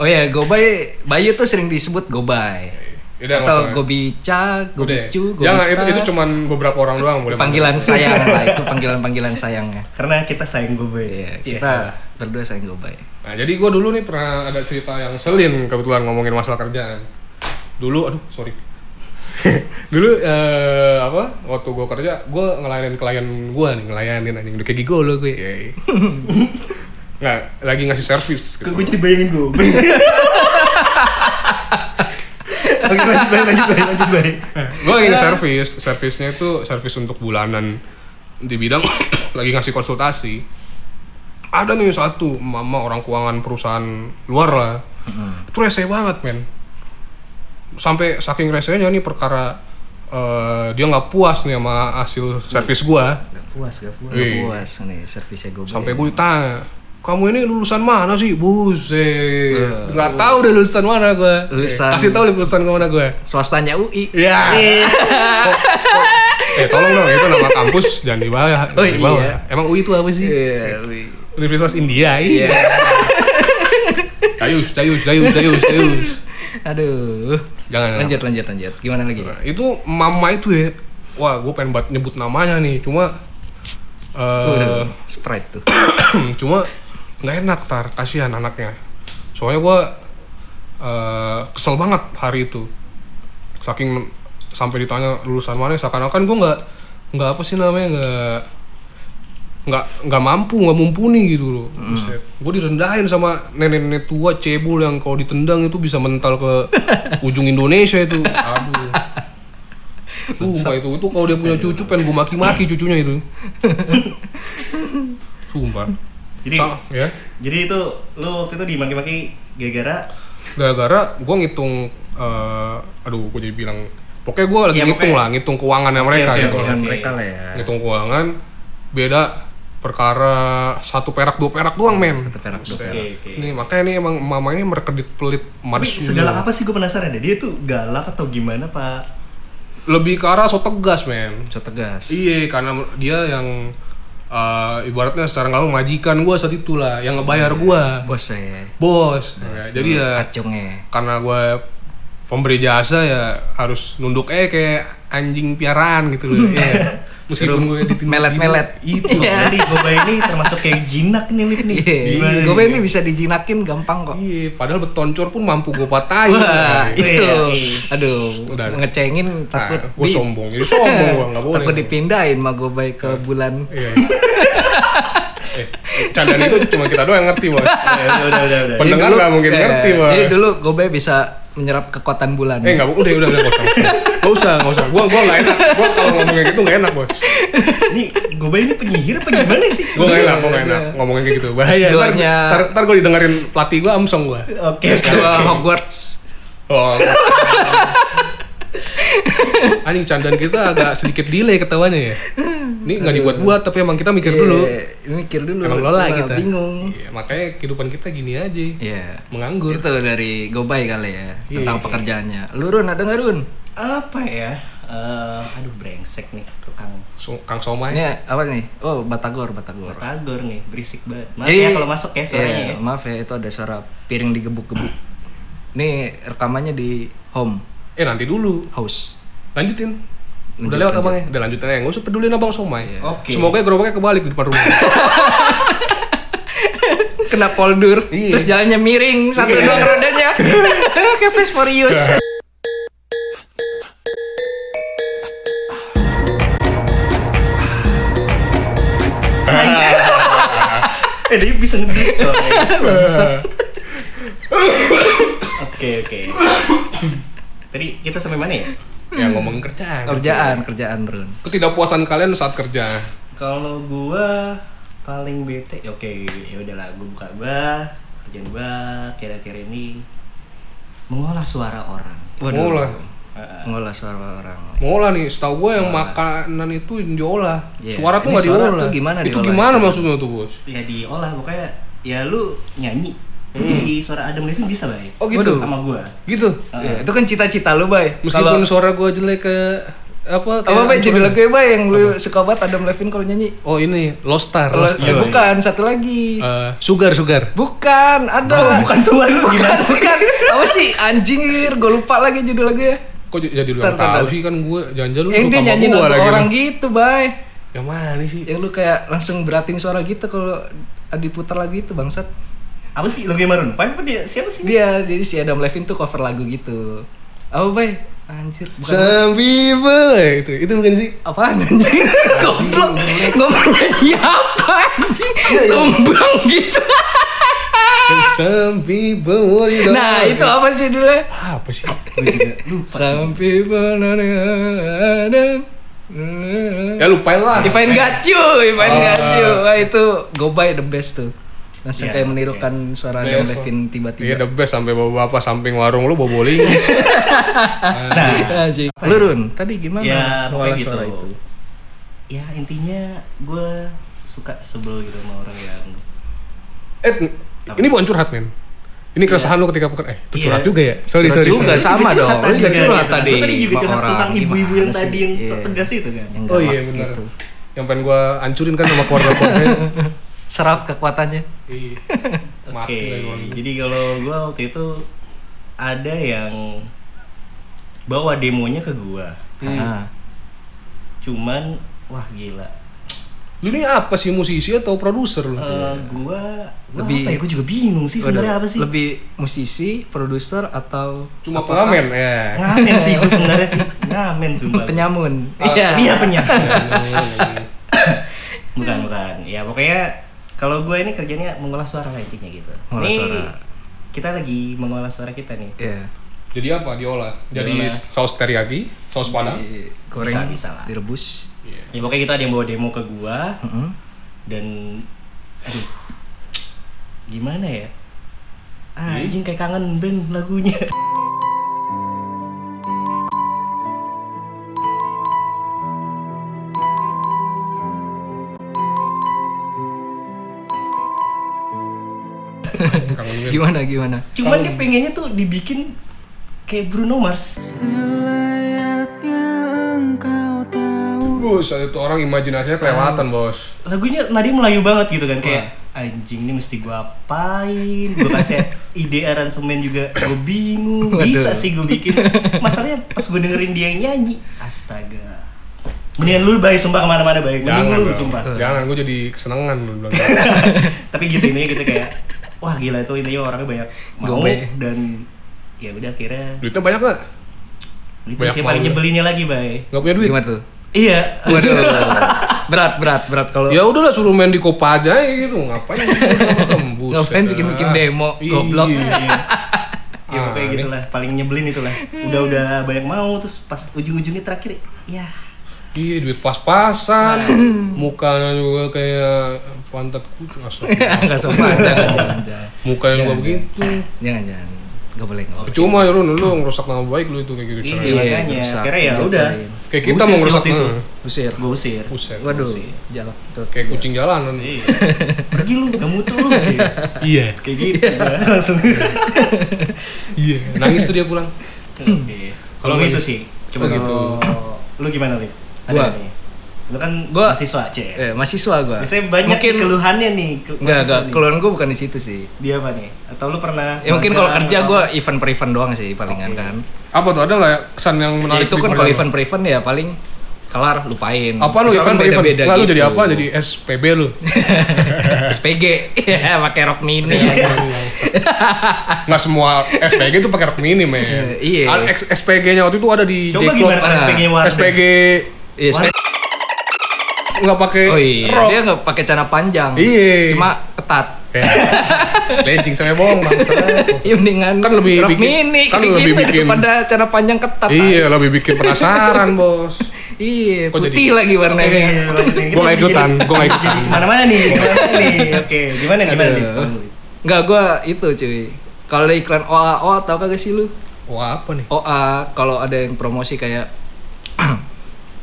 Speaker 2: Oh ya, gobay Bayu tuh sering disebut gobay.
Speaker 1: Ya Udah, nggak
Speaker 2: Atau
Speaker 1: usah.
Speaker 2: gobica,
Speaker 1: Iya, Udah.
Speaker 2: gobicu, gobita.
Speaker 1: Jangan itu itu cuman beberapa orang doang boleh.
Speaker 2: panggilan sayang
Speaker 1: (laughs)
Speaker 2: lah itu panggilan-panggilan sayangnya.
Speaker 3: Karena kita sayang gobai.
Speaker 2: Iya,
Speaker 3: Iya.
Speaker 2: kita berdua sayang gobay.
Speaker 1: Nah, jadi gua dulu nih pernah ada cerita yang selin kebetulan ngomongin masalah kerjaan. Dulu aduh, sorry. (laughs) dulu eh, apa waktu gua kerja gua ngelayanin klien gua nih ngelayanin anjing udah kayak gigolo gue yey. nah lagi ngasih servis gitu.
Speaker 3: Kok gue jadi bayangin gobai. (laughs) Oke, lanjut, Bay, lanjut, Bay, lanjut, Bay.
Speaker 1: gue lagi servis servisnya itu servis untuk bulanan di bidang (coughs) lagi ngasih konsultasi ada nih satu mama orang keuangan perusahaan luar lah itu rese banget men sampai saking resenya nih perkara eh, dia nggak puas nih sama hasil servis gua
Speaker 3: Gak puas, gak puas.
Speaker 1: Wih.
Speaker 2: Puas nih servisnya gobay.
Speaker 1: sampai gue ditanya kamu ini lulusan mana sih buset nggak tahu deh lulusan mana gua
Speaker 2: Lulusan-
Speaker 1: kasih tahu deh lulusan mana gua
Speaker 2: swastanya UI.
Speaker 1: Iya. Kok- kok- (laughs) eh tolong dong itu nama kampus jangan dibawa.
Speaker 2: Oh,
Speaker 1: jangan dibawa.
Speaker 2: iya.
Speaker 1: Emang UI itu apa sih?
Speaker 2: Iya,
Speaker 1: (laughs)
Speaker 2: UI.
Speaker 1: Universitas India. Iya. Dayus, dayus, dayus, dayus, dayus.
Speaker 2: Aduh.
Speaker 1: Jangan.
Speaker 2: Lanjut, lanjut, lanjut. Gimana lagi?
Speaker 1: Nah, itu mama itu ya. Wah, gue pengen banget nyebut namanya nih. Cuma eh
Speaker 2: Udah, Sprite tuh.
Speaker 1: (clears throat) cuma nggak enak tar, kasihan anaknya. Soalnya gue kesel banget hari itu. Saking sampai ditanya lulusan mana, seakan-akan gue nggak nggak apa sih namanya nggak nggak nggak mampu nggak mumpuni gitu loh gue direndahin sama nenek-nenek tua cebol yang kalau ditendang itu bisa mental ke ujung Indonesia itu aduh sumpah itu itu kalau dia punya cucu pengen gue maki-maki cucunya itu sumpah
Speaker 3: Jadi-
Speaker 1: Sa- ya
Speaker 3: Jadi itu lu waktu itu dimaki-maki gara-gara
Speaker 1: gara-gara gue ngitung eh, aduh gue jadi bilang pokoknya gue lagi
Speaker 3: Iya,
Speaker 1: ngitung
Speaker 3: pokoknya.
Speaker 1: lah ngitung keuangannya mereka
Speaker 3: oke,
Speaker 1: gitu
Speaker 3: oke.
Speaker 2: Dengan mereka lah ya.
Speaker 1: ngitung keuangan beda perkara satu perak dua perak doang men
Speaker 2: Satu perak, dua
Speaker 1: Buset.
Speaker 2: perak.
Speaker 3: Oh, Oke, oke.
Speaker 1: ini makanya nih emang mama ini merkedit pelit
Speaker 3: Tapi
Speaker 1: marsu
Speaker 3: segala apa sih gue penasaran deh. Dia tuh galak atau gimana, Pak?
Speaker 1: lebih ke arah so tegas men
Speaker 2: So tegas.
Speaker 1: iya karena dia yang eh, ibaratnya secara nggak langsung majikan gue saat itulah yang ngebayar gue
Speaker 3: Iya.
Speaker 2: Bos
Speaker 1: Eh.
Speaker 2: saya.
Speaker 1: bos Ya, jadi ya
Speaker 2: Kacungnya.
Speaker 1: karena gue pemberi jasa ya harus nunduk eh kayak anjing piaraan gitu loh Iya. meskipun gue ditindak
Speaker 2: Hmm. (laughs) Melet-melet.
Speaker 1: itu
Speaker 2: Iya.
Speaker 3: Berarti Gobay ini termasuk kayak jinak nih, Lip nih. Gimana
Speaker 2: Iya. (laughs)
Speaker 3: nih?
Speaker 2: Gobay ini bisa dijinakin gampang kok.
Speaker 1: Iya, padahal betoncor pun mampu gue patahin. Nah,
Speaker 2: Wah, itu.
Speaker 3: Iya, iya.
Speaker 2: Aduh,
Speaker 1: Udah.
Speaker 2: ngecengin takut
Speaker 1: nah, gue
Speaker 2: di- Eh,
Speaker 1: sombong, jadi sombong gue nggak boleh.
Speaker 2: takut dipindahin mah Gobay ke bulan.
Speaker 1: Iya. (laughs) eh, candaan itu cuma kita doang yang ngerti bos.
Speaker 3: Ya, udah, udah, udah, udah.
Speaker 1: Pendengar
Speaker 2: Jadi dulu-
Speaker 1: nggak mungkin
Speaker 2: iya,
Speaker 1: ngerti bos.
Speaker 2: Jadi dulu Gobay bisa menyerap kekuatan bulan.
Speaker 1: Eh nggak, udah udah udah nggak usah. Nggak usah, nggak usah. Gue gue nggak enak. Gue kalau ngomong kayak gitu nggak enak bos.
Speaker 3: Ini Gobay ini penyihir apa gimana sih?
Speaker 1: Gue nggak enak, gue nggak enak
Speaker 2: Iya.
Speaker 1: ngomongin kayak gitu. Bahaya. Ntar,
Speaker 2: Doanya-
Speaker 1: ntar, ntar gue didengerin pelatih gue amsong gue.
Speaker 3: Oke.
Speaker 2: Terus
Speaker 3: oke,
Speaker 2: dua
Speaker 3: oke.
Speaker 2: Hogwarts.
Speaker 1: Oh. Anjing candaan kita agak sedikit delay ketawanya ya. Ini nggak dibuat-buat tapi emang kita mikir dulu.
Speaker 2: Iya, mikir dulu.
Speaker 1: Emang lola
Speaker 2: Wah,
Speaker 1: kita.
Speaker 2: Bingung.
Speaker 1: Iya, makanya kehidupan kita gini aja.
Speaker 2: Iya.
Speaker 1: Menganggur.
Speaker 2: Itu dari Gobay kali ya
Speaker 1: Iya,
Speaker 2: tentang pekerjaannya. Lu Run ada nggak Run?
Speaker 3: Apa ya? Eh, aduh brengsek nih tukang
Speaker 1: So- Kang Somai.
Speaker 2: Ini apa nih? Oh Batagor Batagor.
Speaker 3: tagor nih, berisik banget. Maaf
Speaker 2: Jadi-
Speaker 3: ya kalau masuk ya suaranya
Speaker 2: Iya,
Speaker 3: ya.
Speaker 2: Maaf ya itu ada suara piring digebuk-gebuk. Nih rekamannya di home
Speaker 1: Eh nanti dulu.
Speaker 2: house.
Speaker 1: Lanjutin. Udah lewat abangnya, udah lanjutin aja. Nggak usah pedulin abang somai.
Speaker 2: Iya.
Speaker 3: Oke.
Speaker 1: Semoga gerobaknya kebalik di depan
Speaker 2: (laughs)
Speaker 1: rumah.
Speaker 2: kena poldur
Speaker 1: Iya.
Speaker 2: terus jalannya miring satu doang
Speaker 1: (laughs)
Speaker 2: rodanya kayak Fast Furious
Speaker 3: eh dia bisa ngedip coy oke oke tadi kita sampai mana ya
Speaker 1: ya ngomongin kerjaan.
Speaker 2: kerjaan kerjaan Run
Speaker 1: Ketidakpuasan kalian saat kerja.
Speaker 3: kalau gua paling bete ya oke ya udahlah gua buka bah kerjaan gua kira-kira ini mengolah suara orang
Speaker 1: Ngolah.
Speaker 3: Heeh.
Speaker 2: ngolah suara orang
Speaker 1: Ngolah nih, setahu gue yang makanan itu yang diolah.
Speaker 2: Iya.
Speaker 1: Suara tuh
Speaker 2: Ini
Speaker 1: nggak
Speaker 2: suara
Speaker 1: diolah.
Speaker 2: tuh gimana
Speaker 1: itu
Speaker 2: diolah?
Speaker 1: gimana maksudnya tuh, Bos?
Speaker 3: ya diolah pokoknya ya lu nyanyi lu jadi suara Adam Levine bisa bay
Speaker 1: Oh gitu.
Speaker 2: Waduh.
Speaker 3: sama gua
Speaker 1: Gitu.
Speaker 3: Ah.
Speaker 2: Ya, itu kan cita-cita lu bay
Speaker 1: Meskipun
Speaker 2: Kalau-
Speaker 1: suara gue jelek ke apa
Speaker 2: apa bay
Speaker 1: kayak-
Speaker 2: jadi lagu ya bay yang lu suka banget Adam Levine kalau nyanyi
Speaker 1: Oh ini Lost Star.
Speaker 2: kalau
Speaker 1: Lost Star.
Speaker 2: eh, bukan satu lagi
Speaker 1: Eh, sugar Sugar.
Speaker 2: bukan ada
Speaker 1: Oh,
Speaker 3: bukan suara lu
Speaker 2: bukan,
Speaker 3: gimana sih?
Speaker 2: bukan. apa sih anjir gue lupa lagi judul lagunya
Speaker 1: Kok j- jadi lu yang
Speaker 2: Tar, tar,
Speaker 1: tahu
Speaker 2: tar.
Speaker 1: sih kan gue jangan-jangan lu
Speaker 2: yang
Speaker 1: suka
Speaker 2: dia
Speaker 1: sama
Speaker 2: nyanyi
Speaker 1: gua
Speaker 2: untuk
Speaker 1: lagi.
Speaker 2: orang gitu bay
Speaker 1: Yang mana sih?
Speaker 2: yang lu kayak langsung beratin suara gitu kalau diputar lagu itu bangsat
Speaker 3: apa sih lagu Maroon 5 apa dia siapa sih
Speaker 2: dia jadi si Adam Levine tuh cover lagu gitu apa bay anjir bukan
Speaker 1: Some people eh, itu itu bukan sih?
Speaker 2: apaan
Speaker 1: (laughs)
Speaker 2: anjing goblok ngomong nyanyi apa anjing
Speaker 1: Iya,
Speaker 2: sombong gitu
Speaker 1: Some people what you don't
Speaker 2: nah
Speaker 1: know.
Speaker 2: itu apa sih dulu
Speaker 1: apa sih?
Speaker 2: (laughs) some people don't know
Speaker 1: ya lupain lah.
Speaker 2: If I got you, if I
Speaker 3: Ah.
Speaker 2: got you, Wah, itu Gobay the best tuh. Langsung
Speaker 3: Iya,
Speaker 2: kayak menirukan suara Adam
Speaker 1: Best.
Speaker 2: Levine
Speaker 1: Iya
Speaker 2: tiba-tiba.
Speaker 1: the best sampai bapak-bapak samping warung lu bawa bowling. (laughs)
Speaker 3: nah
Speaker 2: Anjing. Ah, Lu Run, tadi gimana? ngolah
Speaker 3: ya pokoknya gitu
Speaker 2: suara itu.
Speaker 3: ya intinya gue suka sebel gitu sama orang yang
Speaker 1: eh ini bukan curhat men. Ini keresahan lu ketika pekerja. Eh, itu
Speaker 3: Iya.
Speaker 1: curhat juga ya? Sorry,
Speaker 2: Curhat
Speaker 1: sorry.
Speaker 2: juga.
Speaker 1: sorry.
Speaker 2: sama
Speaker 3: Gua
Speaker 2: dong, lu juga
Speaker 3: gitu
Speaker 2: curhat
Speaker 3: kan.
Speaker 2: tadi
Speaker 3: Gua tadi juga
Speaker 2: sama
Speaker 3: curhat
Speaker 2: orang.
Speaker 3: tentang ibu-ibu yang
Speaker 2: Gimana
Speaker 3: tadi
Speaker 2: sih?
Speaker 3: yang
Speaker 2: Iya.
Speaker 3: setegas itu kan
Speaker 2: Yang
Speaker 1: Oh iya
Speaker 2: galak
Speaker 1: benar.
Speaker 2: gitu.
Speaker 1: Yang pengen gua hancurin kan sama
Speaker 2: (laughs)
Speaker 1: keluarga-keluarga.
Speaker 2: Serap kekuatannya.
Speaker 1: Iya.
Speaker 3: oke
Speaker 1: Mati lagi orang.
Speaker 3: jadi kalau gue waktu itu ada yang bawa demonya ke gue
Speaker 2: Ah.
Speaker 3: cuman wah gila
Speaker 1: Lu ini apa sih musisi atau produser lu?
Speaker 3: Eh, gua
Speaker 2: Iya.
Speaker 3: gue
Speaker 2: Lebih-
Speaker 3: apa ya gue juga bingung sih sebenarnya apa sih
Speaker 2: Lebih musisi, produser atau
Speaker 1: Cuma pengamen
Speaker 2: (laughs)
Speaker 1: ya.
Speaker 3: ngamen sih gue sebenarnya sih ngamen sumpah
Speaker 2: penyamun?
Speaker 1: Ah,
Speaker 2: (laughs)
Speaker 3: iya penyamun bukan
Speaker 2: Hmm.
Speaker 3: bukan ya pokoknya kalau gue ini kerjanya mengolah suara lah intinya gitu
Speaker 2: Mengolah
Speaker 3: Nih,
Speaker 2: suara.
Speaker 3: kita lagi mengolah suara kita nih
Speaker 2: Iya.
Speaker 1: Jadi apa? Diolah. Jadi
Speaker 3: Diolah.
Speaker 1: saus teriyaki, saus padang.
Speaker 2: Di- Goreng
Speaker 3: Bisa, bisa lah.
Speaker 2: direbus.
Speaker 3: ya pokoknya kita ada yang bawa demo ke gue
Speaker 2: Heeh.
Speaker 3: dan aduh gimana ya
Speaker 2: Iya.
Speaker 3: anjing kayak kangen band lagunya
Speaker 1: Kangen banget.
Speaker 2: Gimana gimana?
Speaker 3: cuman dia pengennya tuh dibikin kayak Bruno Mars
Speaker 1: Bus, itu orang imajinasinya kelewatan, Bos.
Speaker 3: lagunya nadi melayu banget gitu kan kayak anjing ini mesti gua apain gua kasih ide aransemen juga gua bingung bisa
Speaker 2: Waduh.
Speaker 3: sih gua bikin masalahnya pas gua dengerin dia yang nyanyi astaga mendingan lu bayi sumpah kemana-mana bayi mending
Speaker 1: Jangan,
Speaker 3: lu
Speaker 1: dong.
Speaker 3: sumpah
Speaker 1: Jangan, gue jadi kesenangan lu bilang.
Speaker 2: (laughs)
Speaker 3: tapi gitu intinya gitu kayak wah gila itu intinya orangnya banyak mau
Speaker 2: Gobe.
Speaker 3: dan ya udah akhirnya
Speaker 1: Duitnya banyak gak?
Speaker 3: itu
Speaker 1: Banyak
Speaker 3: sih yang paling
Speaker 1: mau.
Speaker 3: nyebelinnya lagi bay
Speaker 1: Gak punya duit?
Speaker 2: Gimana tuh?
Speaker 3: iya (laughs)
Speaker 2: Waduh. berat berat berat kalau
Speaker 1: Ya udahlah suruh main di Kopa aja ya gitu. Ngapain kembus?
Speaker 2: Ngapain bikin-bikin demo,
Speaker 1: Iya.
Speaker 2: goblok.
Speaker 3: (laughs) ya pokoknya
Speaker 1: Aneh.
Speaker 3: gitulah paling nyebelin itulah udah udah banyak mau terus pas ujung-ujungnya terakhir ya
Speaker 1: Iya, duit pas-pasan. Mukanya juga kayak pantat kucing astagfirullah.
Speaker 2: (laughs) nggak
Speaker 3: (laughs)
Speaker 2: sopan. jangan, jangan.
Speaker 1: Mukanya
Speaker 2: Iya,
Speaker 1: juga begitu.
Speaker 2: Jangan jangan. Gak boleh nggak boleh.
Speaker 1: Cuma ya Run, lu ngerusak nama baik lu itu kayak gitu
Speaker 3: iya,
Speaker 1: caranya.
Speaker 3: makanya
Speaker 2: rusak,
Speaker 3: akhirnya ya
Speaker 2: jatuhin.
Speaker 3: udah
Speaker 1: Kayak kita mau ngerusak itu.
Speaker 2: Usir.
Speaker 3: gue usir
Speaker 1: Buset.
Speaker 2: Waduh. Jalak.
Speaker 1: Kayak kucing jalanan.
Speaker 3: Iya. pergi lu gak mutu lu Ci.
Speaker 1: Iya.
Speaker 3: kayak gitu gua (laughs) langsung
Speaker 1: Iya. Nangis tuh dia pulang.
Speaker 3: Oke. kalau
Speaker 1: Kalau
Speaker 3: gua
Speaker 1: nangis.
Speaker 3: itu sih coba
Speaker 1: Oh, gitu.
Speaker 3: gitu lu gimana lip ada
Speaker 2: Gua?
Speaker 3: nggak nih lu kan
Speaker 2: Gua-
Speaker 3: mahasiswa c
Speaker 2: Eh, mahasiswa gua.
Speaker 3: biasanya banyak
Speaker 2: mungkin
Speaker 3: nih keluhannya nih ke-
Speaker 2: Enggak,
Speaker 3: mahasiswa
Speaker 2: enggak.
Speaker 3: nih.
Speaker 2: Keluhan gue bukan di situ sih.
Speaker 3: dia apa nih atau lu pernah
Speaker 2: Ya mungkin kalau
Speaker 3: magang
Speaker 2: kerja
Speaker 3: atau
Speaker 2: gue
Speaker 3: apa?
Speaker 2: event per event doang sih palingan
Speaker 3: Oke.
Speaker 2: kan.
Speaker 1: Apa tuh ada nggak kesan yang
Speaker 2: Ya,
Speaker 1: menarik?
Speaker 2: itu
Speaker 1: di
Speaker 2: kan
Speaker 1: keluarga
Speaker 2: kalau
Speaker 1: lu?
Speaker 2: event per event ya paling kelar lupain.
Speaker 1: Apa lu
Speaker 2: Soalnya
Speaker 1: event per event?
Speaker 2: beda-beda
Speaker 1: Nggak, lu
Speaker 2: gitu.
Speaker 1: jadi apa?
Speaker 2: (laughs)
Speaker 1: Jadi SPB lu.
Speaker 2: SPG, ya (laughs) pakai rok
Speaker 1: (laughs)
Speaker 2: mini. Iya,
Speaker 1: Nggak semua SPG itu pakai rok mini, men.
Speaker 2: Iya.
Speaker 1: Ada X- SPG-nya waktu itu ada di
Speaker 3: Coba
Speaker 1: J-Club.
Speaker 3: gimana kan
Speaker 2: ah,
Speaker 3: SPG warna?
Speaker 1: SPG
Speaker 2: Iya, SPG.
Speaker 1: nggak pakai
Speaker 2: Oh iya,
Speaker 1: rok.
Speaker 2: dia nggak pakai celana panjang.
Speaker 1: Iya.
Speaker 2: Cuma ketat.
Speaker 1: Ya. (laughs) Lencing saya bohong, bangsa.
Speaker 2: (laughs) Ya mendingan
Speaker 1: Kan lebih
Speaker 2: rok
Speaker 1: bikin-
Speaker 2: mini
Speaker 1: kan
Speaker 2: kayak
Speaker 1: lebih
Speaker 2: gitu
Speaker 1: bikin-
Speaker 2: daripada celana panjang ketat.
Speaker 1: Iya, lebih bikin penasaran, Bos.
Speaker 2: ah. Iya,
Speaker 1: Kok
Speaker 2: putih
Speaker 1: jadi- gitu?
Speaker 2: lagi warnanya.
Speaker 3: Iya,
Speaker 1: Gua nggak ikutan, gua nggak ikutan.
Speaker 3: gitu, (laughs) Mana-mana nih, kemana-mana
Speaker 1: (laughs)
Speaker 3: nih. Oke, gimana gimana nih?
Speaker 2: Aduh. Nggak, gua itu cuy. Kalau ada iklan OA, OA tau kagak sih lu?
Speaker 1: Wah, apa nih?
Speaker 2: OA kalau ada yang promosi kayak (clears throat)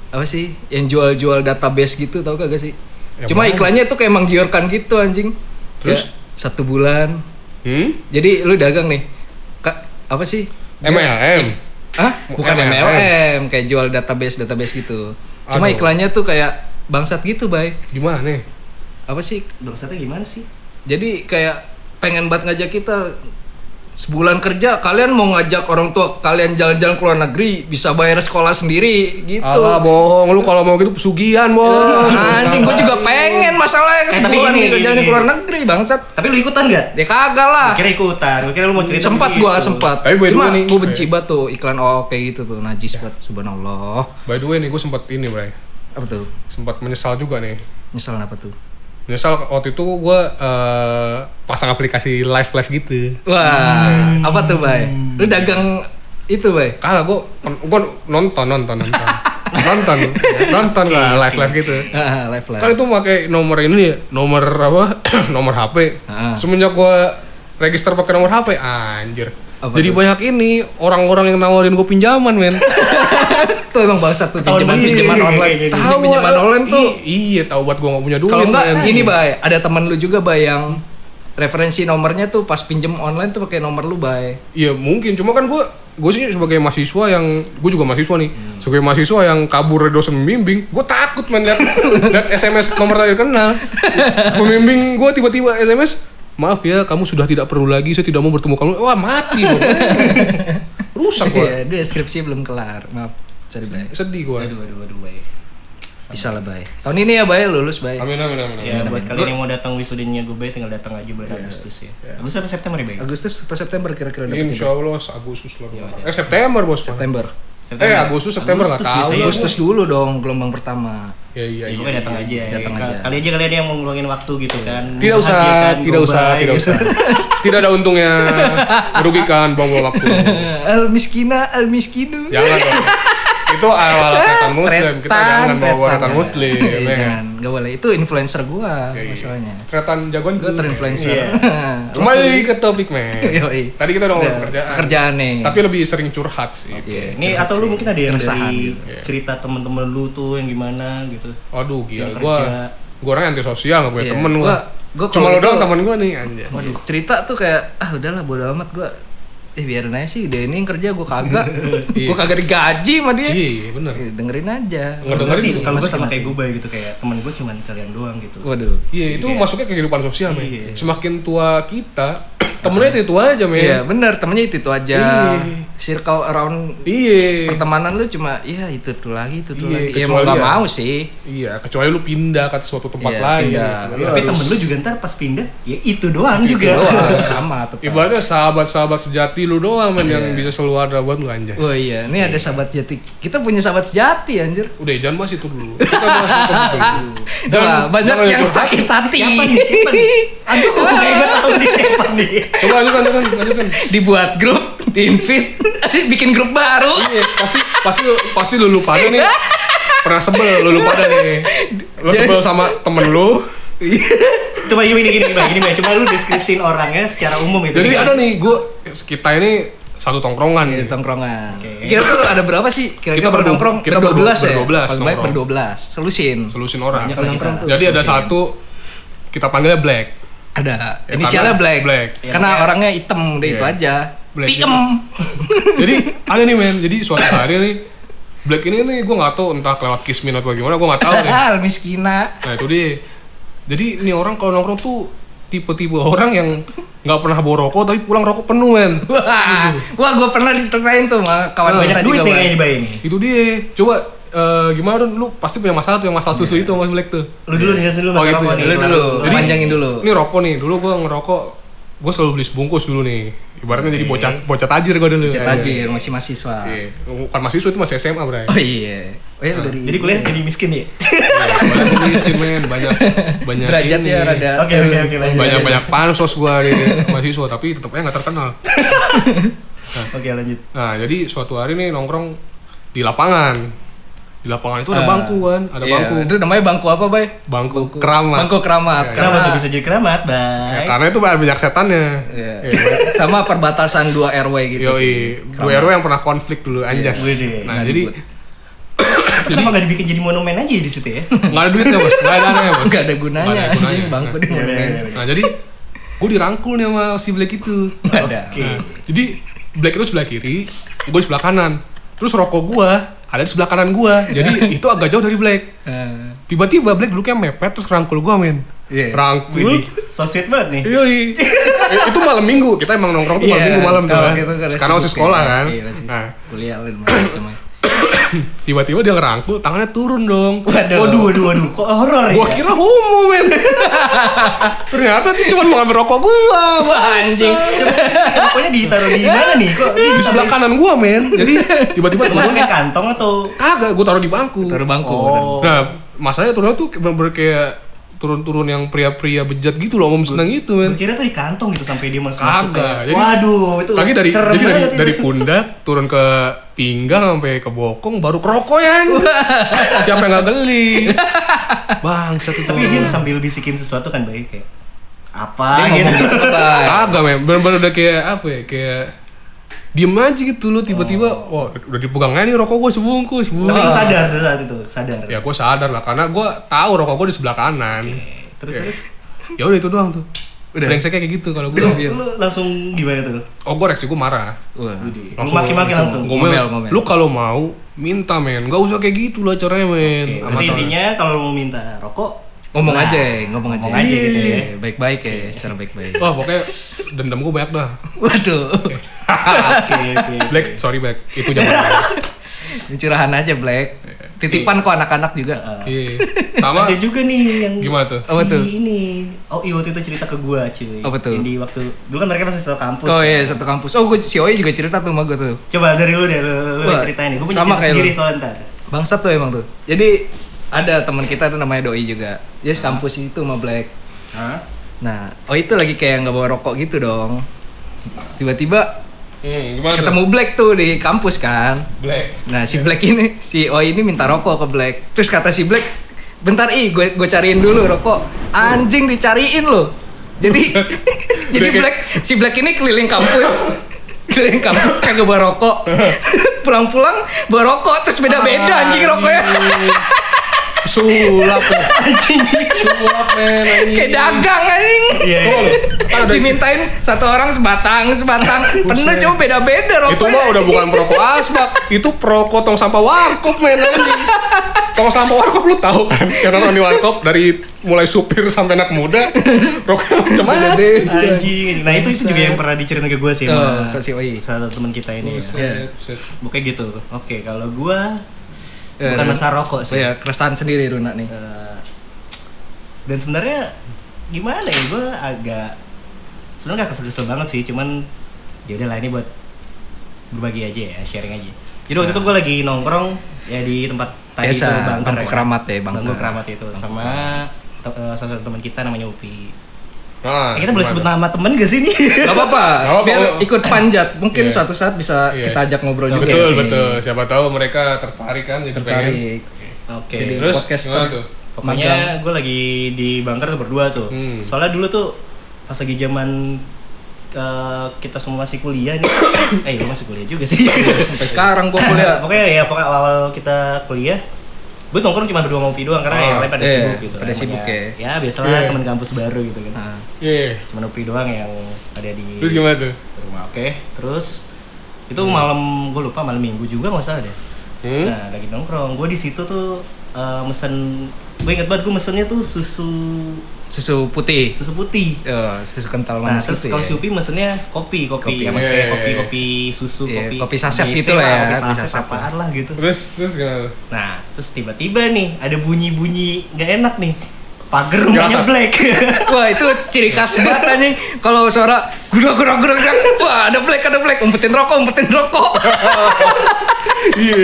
Speaker 2: apa sih yang jual-jual database gitu tau kagak sih
Speaker 1: Yang
Speaker 2: cuma
Speaker 1: mana?
Speaker 2: iklannya tuh kayak menggiurkan gitu anjing
Speaker 1: Terus?
Speaker 2: Kayak satu bulan
Speaker 1: Hmm?
Speaker 2: jadi lu dagang nih Ka- apa sih
Speaker 1: MLM.
Speaker 2: ah bukan
Speaker 1: MLM.
Speaker 2: MLM kayak jual database database gitu cuma
Speaker 1: Aduh.
Speaker 2: iklannya tuh kayak bangsat gitu bay
Speaker 1: Gimana nih?
Speaker 2: apa sih
Speaker 3: Bangsatnya gimana sih?
Speaker 2: jadi kayak pengen banget ngajak kita sebulan kerja kalian mau ngajak orang tua kalian jalan-jalan ke luar negeri bisa bayar sekolah sendiri gitu.
Speaker 1: Alah bohong, lu kalau mau gitu pesugihan bos.
Speaker 2: Ah, (laughs) anjing gue juga pengen masalahnya
Speaker 3: Eh, tapi
Speaker 2: sebulan
Speaker 3: ini,
Speaker 2: bisa
Speaker 3: ini,
Speaker 2: jalan
Speaker 3: ini.
Speaker 2: ke luar negeri bangsat.
Speaker 3: Tapi lu ikutan nggak?
Speaker 2: Ya kagak lah.
Speaker 3: Gua Kira ikutan, gua kira lu mau cerita gitu.
Speaker 2: sempat
Speaker 3: di
Speaker 2: gua
Speaker 3: situ.
Speaker 2: sempat.
Speaker 1: Tapi by the
Speaker 2: Cuma
Speaker 1: way nih,
Speaker 2: gue benci banget tuh iklan oh kayak gitu tuh najis banget subhanallah.
Speaker 1: By the way nih, gue sempat ini, Bray.
Speaker 2: Apa tuh?
Speaker 1: Sempat menyesal juga nih.
Speaker 2: Nyesal apa tuh?
Speaker 1: Menyesal waktu itu gue eh, pasang aplikasi live live gitu.
Speaker 2: Wah, apa tuh, Bay? Lu dagang itu, Bay?
Speaker 1: Kalah gue, gue nonton nonton
Speaker 2: (laughs)
Speaker 1: nonton nonton nonton lah live live gitu.
Speaker 2: Ah, live lah.
Speaker 1: Kan itu pakai nomor ini ya, nomor apa? (clears throat) nomor HP.
Speaker 2: Ah.
Speaker 1: Semenjak gue register pakai nomor HP, anjir.
Speaker 2: Apa
Speaker 1: Jadi
Speaker 2: tuh?
Speaker 1: banyak ini orang-orang yang nawarin gue pinjaman, men.
Speaker 2: Tuh emang bangsat tuh
Speaker 3: Tahun
Speaker 2: pinjaman
Speaker 3: ini.
Speaker 2: pinjaman online.
Speaker 3: Iya, iya,
Speaker 2: Tahu (laughs) pinjaman
Speaker 1: eh,
Speaker 2: online tuh.
Speaker 1: i- Iya, tahu buat gue gak punya duit.
Speaker 2: Kalau enggak
Speaker 1: men.
Speaker 2: gini, Bay, ada teman lu juga, Bay, yang referensi nomornya tuh pas pinjem online tuh pakai nomor lu, Bay.
Speaker 1: Iya mungkin, cuma kan gue gue sih sebagai mahasiswa yang gue juga mahasiswa nih sebagai mahasiswa yang kabur dari dosen pembimbing gue takut men liat, liat SMS nomor tadi kenal pembimbing gue tiba-tiba SMS maaf ya kamu sudah tidak perlu lagi saya tidak mau bertemu kamu wah mati gua. rusak gue
Speaker 2: Iya, dia skripsi belum kelar. Maaf, sorry, Bay.
Speaker 1: sedih gue
Speaker 3: Waduh, waduh, waduh, bay.
Speaker 2: Bisa lah, Bay. Tahun ini ya, Bay, lulus, Bay.
Speaker 1: amin amin amin, amin.
Speaker 3: Ya, buat kalian yang mau datang wisudanya gue bay, tinggal datang aja
Speaker 1: Iya.
Speaker 3: bulan Agustus ya. Agustus apa September ya, bay?
Speaker 2: Agustus apa September kira-kira dapet
Speaker 1: Insya Allah Agustus lah eh September bos Pak.
Speaker 2: September.
Speaker 1: eh Agustus September nggak
Speaker 3: ya? Agustus
Speaker 1: tahu
Speaker 3: biasanya.
Speaker 1: Bos.
Speaker 2: Agustus dulu dong gelombang pertama.
Speaker 1: ya iya iya
Speaker 3: Ya, pokoknya datang aja.
Speaker 2: datang
Speaker 3: Ka-
Speaker 2: aja.
Speaker 3: Kali aja kalian yang mau ngeluangin waktu gitu kan.
Speaker 1: Tidak usah,
Speaker 3: Membahagiakan
Speaker 1: tidak
Speaker 3: gua,
Speaker 1: usah,
Speaker 3: Bay,
Speaker 1: tidak
Speaker 3: gitu.
Speaker 1: usah. tidak ada untungnya, merugikan, buang-buang waktu.
Speaker 2: Al miskina al miskinu.
Speaker 1: Jangan dong. Itu
Speaker 2: (laughs)
Speaker 1: awal retan muslim, kita jangan bawa retan muslim. ya kan?
Speaker 2: Iya, Jangan, enggak boleh. Itu influencer gua
Speaker 1: Ya, iya.
Speaker 2: masalahnya.
Speaker 1: Retan jagoan
Speaker 2: Gua terinfluencer.
Speaker 3: Iya.
Speaker 1: Kembali ke topik, men.
Speaker 2: (laughs) Yoi.
Speaker 1: Tadi kita udah ngomong
Speaker 2: Udah,
Speaker 1: pekerjaan.
Speaker 2: pekerjaan nih.
Speaker 1: Tapi lebih sering curhat sih.
Speaker 3: Oke,
Speaker 2: Iya,
Speaker 3: Ini
Speaker 2: curhat
Speaker 3: atau lu
Speaker 2: sih.
Speaker 3: mungkin ada yang
Speaker 2: Keresahan
Speaker 3: dari
Speaker 2: gitu.
Speaker 1: Iya.
Speaker 3: cerita temen-temen lu tuh yang gimana gitu.
Speaker 1: Aduh, gila.
Speaker 3: Yang
Speaker 1: Gua,
Speaker 3: kerja.
Speaker 1: gua orang antisosial, gak punya
Speaker 2: Iya,
Speaker 1: temen gua.
Speaker 2: gua- gua
Speaker 1: Cuma
Speaker 2: kalau
Speaker 1: lo
Speaker 2: gitu-
Speaker 1: doang temen gua nih, anjir.
Speaker 2: Waduh, cerita tuh kayak ah udahlah bodo amat gua. Eh biarin aja sih, dia ini yang kerja gua
Speaker 1: (laughs)
Speaker 2: kagak. gua kagak digaji sama dia.
Speaker 1: Iya, iya, bener.
Speaker 2: Eh, Dengerin aja.
Speaker 1: Nggak
Speaker 3: Kalau
Speaker 1: dengerin
Speaker 3: gue sih,
Speaker 1: juga,
Speaker 3: kalau gue
Speaker 2: masukin
Speaker 3: sama
Speaker 2: hati.
Speaker 3: kayak gue bay gitu kayak temen gue cuman kalian doang gitu.
Speaker 2: Waduh.
Speaker 1: Iya, itu masuknya ke kehidupan sosial, men.
Speaker 3: Iya.
Speaker 1: Semakin tua kita, (clears throat) temennya itu aja, men.
Speaker 2: Iya, bener temennya itu itu aja.
Speaker 1: Iya.
Speaker 2: Circle around
Speaker 1: Iya.
Speaker 2: pertemanan lu cuma ya itu tuh lagi itu tuh
Speaker 1: Iya,
Speaker 2: lagi. Ya mau
Speaker 1: kecuali
Speaker 2: nggak
Speaker 1: ya.
Speaker 2: mau sih.
Speaker 1: Iya, kecuali lu pindah ke suatu tempat
Speaker 2: Iya,
Speaker 1: lain.
Speaker 2: pindah.
Speaker 1: Gitu.
Speaker 3: Tapi
Speaker 1: Iya.
Speaker 3: temen lu juga ntar pas pindah, ya itu doang juga.
Speaker 2: Doang, sama tetap.
Speaker 1: Ibaratnya sahabat-sahabat sejati lu doang men
Speaker 2: Iya,
Speaker 1: yang bisa selalu ada buat lu anjay.
Speaker 2: Oh iya, ini ada sahabat jati. Kita punya sahabat jati anjir.
Speaker 1: Udah jangan bahas itu dulu. Kita bahas itu
Speaker 2: (laughs)
Speaker 1: dulu.
Speaker 2: Wah, banyak
Speaker 1: jangan
Speaker 2: yang
Speaker 1: curhat.
Speaker 2: sakit hati.
Speaker 3: (laughs) Siapa nih? Siapa nih? Aduh, kayak gue tau nih siapa nih.
Speaker 1: Coba lanjutkan, lanjutkan, lanjutkan.
Speaker 2: (laughs) Dibuat grup, di invite, (laughs) bikin grup baru.
Speaker 1: Iya, pasti pasti lu pasti lu lupa ada nih. Pernah sebel lu lupa ada nih. Lu
Speaker 2: Iya.
Speaker 1: sebel sama temen lu.
Speaker 3: Coba gini gini gini, Bay. gini Bay. Coba lu deskripsiin orangnya secara umum gitu.
Speaker 1: Jadi ada nih gua kita ini satu tongkrongan gitu.
Speaker 2: Iya,
Speaker 1: nih.
Speaker 2: tongkrongan.
Speaker 3: Oke.
Speaker 2: Kita tuh ada berapa sih? Kira-kira
Speaker 1: Kita
Speaker 2: per
Speaker 1: berdua-
Speaker 2: nongkrong?
Speaker 1: kita
Speaker 2: Berdua
Speaker 1: berdua-
Speaker 2: belas ya?
Speaker 1: berdua belas
Speaker 2: Paling banyak
Speaker 1: nongkrong.
Speaker 2: berdua belas. Selusin.
Speaker 1: Solusin orang.
Speaker 3: Banyak lagi.
Speaker 2: Nongkrong tuh
Speaker 1: Jadi ada
Speaker 2: selusin.
Speaker 1: satu kita panggilnya Black.
Speaker 2: Ada.
Speaker 1: Ya,
Speaker 2: Inisialnya
Speaker 1: karena-
Speaker 2: Black.
Speaker 1: Black.
Speaker 2: Ya, Karena orangnya hitam, udah
Speaker 1: Iya.
Speaker 2: itu aja.
Speaker 1: Black gitu.
Speaker 2: Tiem. (laughs)
Speaker 1: jadi ada nih men jadi suatu hari nih Black ini nih gue nggak tahu entah lewat kismin atau gimana gue nggak tahu ya? nih
Speaker 2: Al miskina.
Speaker 1: nah itu dia jadi ini orang kalau nongkrong tuh tipe-tipe orang yang nggak pernah bawa rokok tapi pulang rokok penuh men
Speaker 2: Wah, wah gue pernah diceritain tuh sama kawan
Speaker 3: banyak
Speaker 1: Oh.
Speaker 2: kita
Speaker 3: duit
Speaker 2: juga.
Speaker 3: nih
Speaker 2: Bang.
Speaker 3: kayaknya Bay ini.
Speaker 1: itu dia coba eh, gimana Don? lu pasti punya masalah tuh yang masalah susu itu Mas Black tuh.
Speaker 3: Lu dulu nih kasih dulu
Speaker 1: Oh,
Speaker 3: mas
Speaker 1: gitu
Speaker 3: rokok
Speaker 1: ya.
Speaker 3: nih.
Speaker 2: Dulu
Speaker 3: kelar
Speaker 2: dulu,
Speaker 3: Jadi,
Speaker 2: panjangin dulu.
Speaker 1: Ini rokok nih, dulu gua ngerokok gua selalu beli sebungkus dulu nih. Ibaratnya jadi
Speaker 3: Oke.
Speaker 1: bocah bocah tajir gua
Speaker 3: Iya,
Speaker 1: dulu.
Speaker 2: Cet tajir, masih mahasiswa.
Speaker 1: Iya. Bukan mahasiswa itu masih SMA, Bray.
Speaker 2: Oh iya. Oh iya dari
Speaker 3: Jadi kuliah jadi miskin ya.
Speaker 1: Banyak miskin, men, banyak banyak
Speaker 2: derajat
Speaker 1: ini.
Speaker 2: ya rada
Speaker 3: Oke, oke, oke, lanjut.
Speaker 1: banyak banyak pansos gua di mahasiswa tapi tetap aja nggak terkenal
Speaker 3: Oke lanjut.
Speaker 1: nah jadi suatu hari nih nongkrong di lapangan di lapangan itu ada
Speaker 2: Ah.
Speaker 1: bangku kan ada
Speaker 2: Iya,
Speaker 1: bangku
Speaker 2: Itu namanya bangku apa, Bay?
Speaker 1: bangku keramat
Speaker 2: Bangku keramat.
Speaker 1: Iya,
Speaker 3: Kenapa
Speaker 2: karena
Speaker 3: tuh bisa jadi keramat,
Speaker 1: Ya,
Speaker 3: bye.
Speaker 1: karena itu banyak setannya
Speaker 2: Iya.
Speaker 1: Iya, Bang.
Speaker 2: sama perbatasan dua RW gitu.
Speaker 1: yoi
Speaker 2: sih.
Speaker 1: dua RW yang pernah konflik dulu anjas
Speaker 3: Wede.
Speaker 1: nah
Speaker 2: Nah,
Speaker 1: jadi
Speaker 3: Kenapa nggak dibikin jadi monumen aja di situ ya?
Speaker 1: nggak ada duitnya bos nggak ada aneh bos
Speaker 2: Enggak ada gunanya.
Speaker 1: Nggak ada gunanya.
Speaker 2: anjing, (laughs) Bangku di
Speaker 3: Iya, iya,
Speaker 2: monumen.
Speaker 3: iya, iya.
Speaker 1: nah jadi gue dirangkul nih sama si Black itu
Speaker 2: Nggak ada.
Speaker 3: Oke.
Speaker 1: Nah, jadi Black itu sebelah kiri, gue sebelah kanan. Terus rokok gue ada di sebelah kanan gue.
Speaker 2: (laughs)
Speaker 1: Jadi itu agak jauh dari Black.
Speaker 2: Eh,
Speaker 1: Tiba-tiba Black duduknya mepet terus rangkul gue men.
Speaker 2: Iya.
Speaker 1: Rangkul. Iya,
Speaker 3: Wih, so sweet banget nih.
Speaker 1: Yoi. Eh, (laughs) itu malam minggu kita emang nongkrong tuh malam
Speaker 2: iya,
Speaker 1: minggu malam tuh.
Speaker 2: kalau
Speaker 1: kan.
Speaker 2: gitu kan
Speaker 1: Sekarang masih
Speaker 2: sibuk
Speaker 1: sekolah
Speaker 2: ya.
Speaker 1: kan.
Speaker 2: Iya, masih
Speaker 1: Nah,
Speaker 3: Ah.
Speaker 2: kuliah lain macam.
Speaker 1: (laughs) tiba-tiba dia ngerangkul, tangannya turun dong.
Speaker 2: Waduh.
Speaker 3: Waduh, waduh, waduh, kok horor ya?
Speaker 1: Gua kira homo (laughs) men. Ternyata dia cuma mau ngambil rokok gue.
Speaker 2: Wah, anjing.
Speaker 3: Pokoknya ditaruh di mana nih? Kok ini
Speaker 1: Di sebelah kanan gue men. Jadi tiba-tiba
Speaker 3: Lu
Speaker 1: turun.
Speaker 3: kayak kantong atau
Speaker 1: Kagak, gue taruh di bangku.
Speaker 2: Taruh bangku.
Speaker 3: Oh.
Speaker 1: Nah, masalahnya turun tuh bener-bener kayak turun-turun yang pria-pria bejat gitu loh, om seneng gitu
Speaker 3: Gua
Speaker 1: men.
Speaker 3: kira tuh di kantong gitu sampai dia masuk masuk.
Speaker 1: Kagak,
Speaker 3: kayak-
Speaker 1: jadi-
Speaker 3: Waduh, itu
Speaker 1: Lagi dari
Speaker 3: serem
Speaker 1: jadi dari,
Speaker 3: banget itu.
Speaker 1: dari pundak turun ke pinggang sampai ke bokong baru kerokoyan. Siapa yang gak geli? Bang, satu
Speaker 3: Tapi dia sambil bisikin sesuatu kan baik kayak
Speaker 2: Dia
Speaker 3: apa gitu.
Speaker 2: ngomong gitu, Bay.
Speaker 1: Kagak men, bener-bener udah kayak apa ya, kayak diem aja gitu lo tiba-tiba wah udah dipegang aja nih rokok gue sebungkus
Speaker 3: Oh. Tapi
Speaker 1: sebungkus.
Speaker 3: lu sadar dulu saat itu, sadar.
Speaker 1: ya gue sadar lah karena gue tahu rokok gue di sebelah kanan
Speaker 3: Terus terus
Speaker 1: ya udah itu doang tuh udah brengseknya kayak gitu kalau gue
Speaker 3: lu, lu langsung gimana tuh?
Speaker 1: oh gue reaksi gue marah
Speaker 2: Wah.
Speaker 3: Lu maki-maki langsung.
Speaker 2: gua-
Speaker 1: Ngomel,
Speaker 2: Ngomel, ngomel.
Speaker 1: Lu kalau mau minta men, gak usah kayak gitu lah caranya men.
Speaker 3: Oke,
Speaker 1: Sama
Speaker 3: berarti
Speaker 1: temen.
Speaker 3: intinya kalau lu mau minta rokok,
Speaker 2: Ngomong
Speaker 3: Nah,
Speaker 2: aja, ngomong aja.
Speaker 3: ngomong aja gitu ya.
Speaker 2: Iya, Baik-baik ya, secara baik-baik. (laughs)
Speaker 1: Wah pokoknya dendam gue banyak dah.
Speaker 2: Waduh.
Speaker 3: Ah, oke oke.
Speaker 1: Black, sorry Black, itu zaman dulu.
Speaker 2: Pencerahan aja, Black.
Speaker 3: Iya.
Speaker 2: Titipan kok anak-anak juga.
Speaker 3: Ah,
Speaker 1: Iya. Sama
Speaker 3: Ada juga nih yang
Speaker 1: Gimana tuh?
Speaker 3: Si
Speaker 2: Apa tuh?
Speaker 3: ini. Oh, iya waktu itu cerita ke gua, cuy.
Speaker 2: Apa tuh?
Speaker 3: Yang di waktu dulu kan mereka masih satu kampus.
Speaker 2: Oh iya, satu kampus. Oh, gua, si Oi juga cerita tuh sama gue tuh.
Speaker 3: Coba dari lu deh, lu, lu
Speaker 2: Wah,
Speaker 3: ceritain nih. Gua punya
Speaker 2: sama
Speaker 3: cerita
Speaker 2: kayak
Speaker 3: sendiri
Speaker 2: lu.
Speaker 3: soal ntar.
Speaker 2: Bangsat tuh emang tuh. Jadi ada teman kita tuh namanya Doi juga. Dia
Speaker 3: Iya.
Speaker 2: sekampus itu sama Black.
Speaker 3: Hah?
Speaker 2: Nah, oh itu lagi kayak nggak bawa rokok gitu dong. Tiba-tiba
Speaker 1: Hmm, gimana tuh?
Speaker 2: ketemu Black tuh di kampus kan.
Speaker 1: Black.
Speaker 2: Nah, si Black ini, si Oi ini minta rokok ke Black. Terus kata si Black, "Bentar, i, gue gue cariin dulu rokok." Anjing dicariin loh. Jadi (laughs) jadi
Speaker 1: Black-
Speaker 2: Black si Black ini keliling kampus. keliling kampus kagak bawa
Speaker 1: (laughs)
Speaker 2: rokok. Pulang-pulang bawa rokok terus
Speaker 1: Ah,
Speaker 2: beda-beda anjing rokoknya.
Speaker 1: Anjing. (laughs) Sulap men. Sulap men. anjing.
Speaker 2: (laughs) Kayak dagang anjing.
Speaker 3: Iya.
Speaker 1: Tunggu lu, kan ada isi-
Speaker 2: Dimintain satu orang sebatang, sebatang. Penuh
Speaker 1: (laughs) Buset.
Speaker 2: cuma beda-beda rokoknya.
Speaker 1: Itu mah
Speaker 2: (laughs)
Speaker 1: udah bukan perokok asbak, itu perokok tong sampah warkop men anjing. Tong sampah warkop lu tahu kan? Karena orang di warkop dari mulai supir sampai anak muda, rokoknya macam-macam.
Speaker 2: Beda-beda.
Speaker 3: Anjing. Nah, itu itu juga yang pernah diceritain ke gua sih sama
Speaker 2: Oh, ke si Oi.
Speaker 3: salah satu teman kita ini.
Speaker 1: Buset,
Speaker 2: Iya.
Speaker 1: buset.
Speaker 3: Pokoknya gitu. Oke, kalau gua
Speaker 2: Eh,
Speaker 3: bukan masa
Speaker 2: Oh
Speaker 3: rokok sih.
Speaker 2: ya, keresahan sendiri Runa nih.
Speaker 3: Eh, dan sebenarnya gimana ya gue agak sebenarnya gak kesel-kesel banget sih cuman ya udahlah ini buat berbagi aja ya sharing aja jadi waktu itu gue lagi nongkrong ya di tempat
Speaker 2: Nah.
Speaker 3: tadi
Speaker 2: Biasa,
Speaker 3: itu Bangker
Speaker 2: bangku keramat ya, bangker.
Speaker 3: bangku keramat itu sama te- eh, salah satu teman kita namanya Upi
Speaker 1: Nah,
Speaker 3: Eh, kita
Speaker 1: gimana?
Speaker 3: boleh sebut nama temen gak sih nih
Speaker 2: Gak
Speaker 1: Gak
Speaker 2: apa-apa,
Speaker 1: apa-apa. oh.
Speaker 2: biar ikut panjat.
Speaker 1: Iya.
Speaker 2: Mungkin suatu saat bisa
Speaker 1: Iya.
Speaker 2: kita ajak ngobrol juga.
Speaker 1: Betul,
Speaker 2: di sini.
Speaker 1: betul. Siapa tahu mereka tertarik kan jadi pengen.
Speaker 2: iya. Tertarik.
Speaker 3: oke
Speaker 2: Jadi
Speaker 1: Terus,
Speaker 2: podcaster.
Speaker 1: gimana tuh?
Speaker 2: Magang.
Speaker 3: Pokoknya gue lagi di bunker tuh berdua tuh.
Speaker 1: Hmm.
Speaker 3: Soalnya dulu tuh pas lagi zaman eh, kita semua masih
Speaker 2: (coughs)
Speaker 3: kuliah nih. eh, lu masih kuliah juga sih.
Speaker 2: Sampai sekarang gua
Speaker 1: (laughs)
Speaker 2: kuliah.
Speaker 3: (laughs) pokoknya ya pokoknya awal kita kuliah gue nongkrong cuma berdua ngopi doang karena
Speaker 1: Ah,
Speaker 3: yang lain pada
Speaker 2: iya,
Speaker 3: sibuk gitu.
Speaker 2: pada
Speaker 3: kan.
Speaker 2: sibuk ya.
Speaker 3: Ya biasalah
Speaker 1: Iya.
Speaker 3: teman kampus baru gitu kan.
Speaker 2: Nah,
Speaker 1: Iya.
Speaker 3: Cuma ngopi doang yang ada di
Speaker 1: Terus gimana tuh?
Speaker 3: rumah. Oke. Terus itu
Speaker 2: Hmm.
Speaker 3: malam gue lupa malam minggu juga nggak salah deh.
Speaker 1: Hmm?
Speaker 3: Nah, lagi nongkrong. Gue di situ tuh eh, mesen gue inget banget gue mesennya tuh susu
Speaker 2: susu putih
Speaker 3: susu putih
Speaker 2: Ya, susu kental
Speaker 3: nah
Speaker 2: manis
Speaker 3: terus
Speaker 2: gitu
Speaker 3: kalau
Speaker 2: ya.
Speaker 3: Shopee maksudnya kopi kopi,
Speaker 2: Kopi,
Speaker 3: ya, maksudnya
Speaker 1: iya, iya,
Speaker 3: kopi
Speaker 1: iya.
Speaker 3: kopi susu
Speaker 2: Iya,
Speaker 3: kopi
Speaker 2: kopi saset
Speaker 3: BC
Speaker 2: gitu lah ya,
Speaker 3: kopi
Speaker 2: kopi
Speaker 3: saset,
Speaker 2: saset lah.
Speaker 3: apaan lah gitu
Speaker 1: Terus terus gimana?
Speaker 3: nah terus tiba-tiba nih ada bunyi-bunyi nggak enak nih pagar rumahnya
Speaker 1: Gerasa.
Speaker 3: black
Speaker 2: Wah itu ciri khas banget anjing. Kalau suara gerak gerak gerak gerak. Wah ada black ada black. Umpetin rokok umpetin rokok.
Speaker 1: Iya.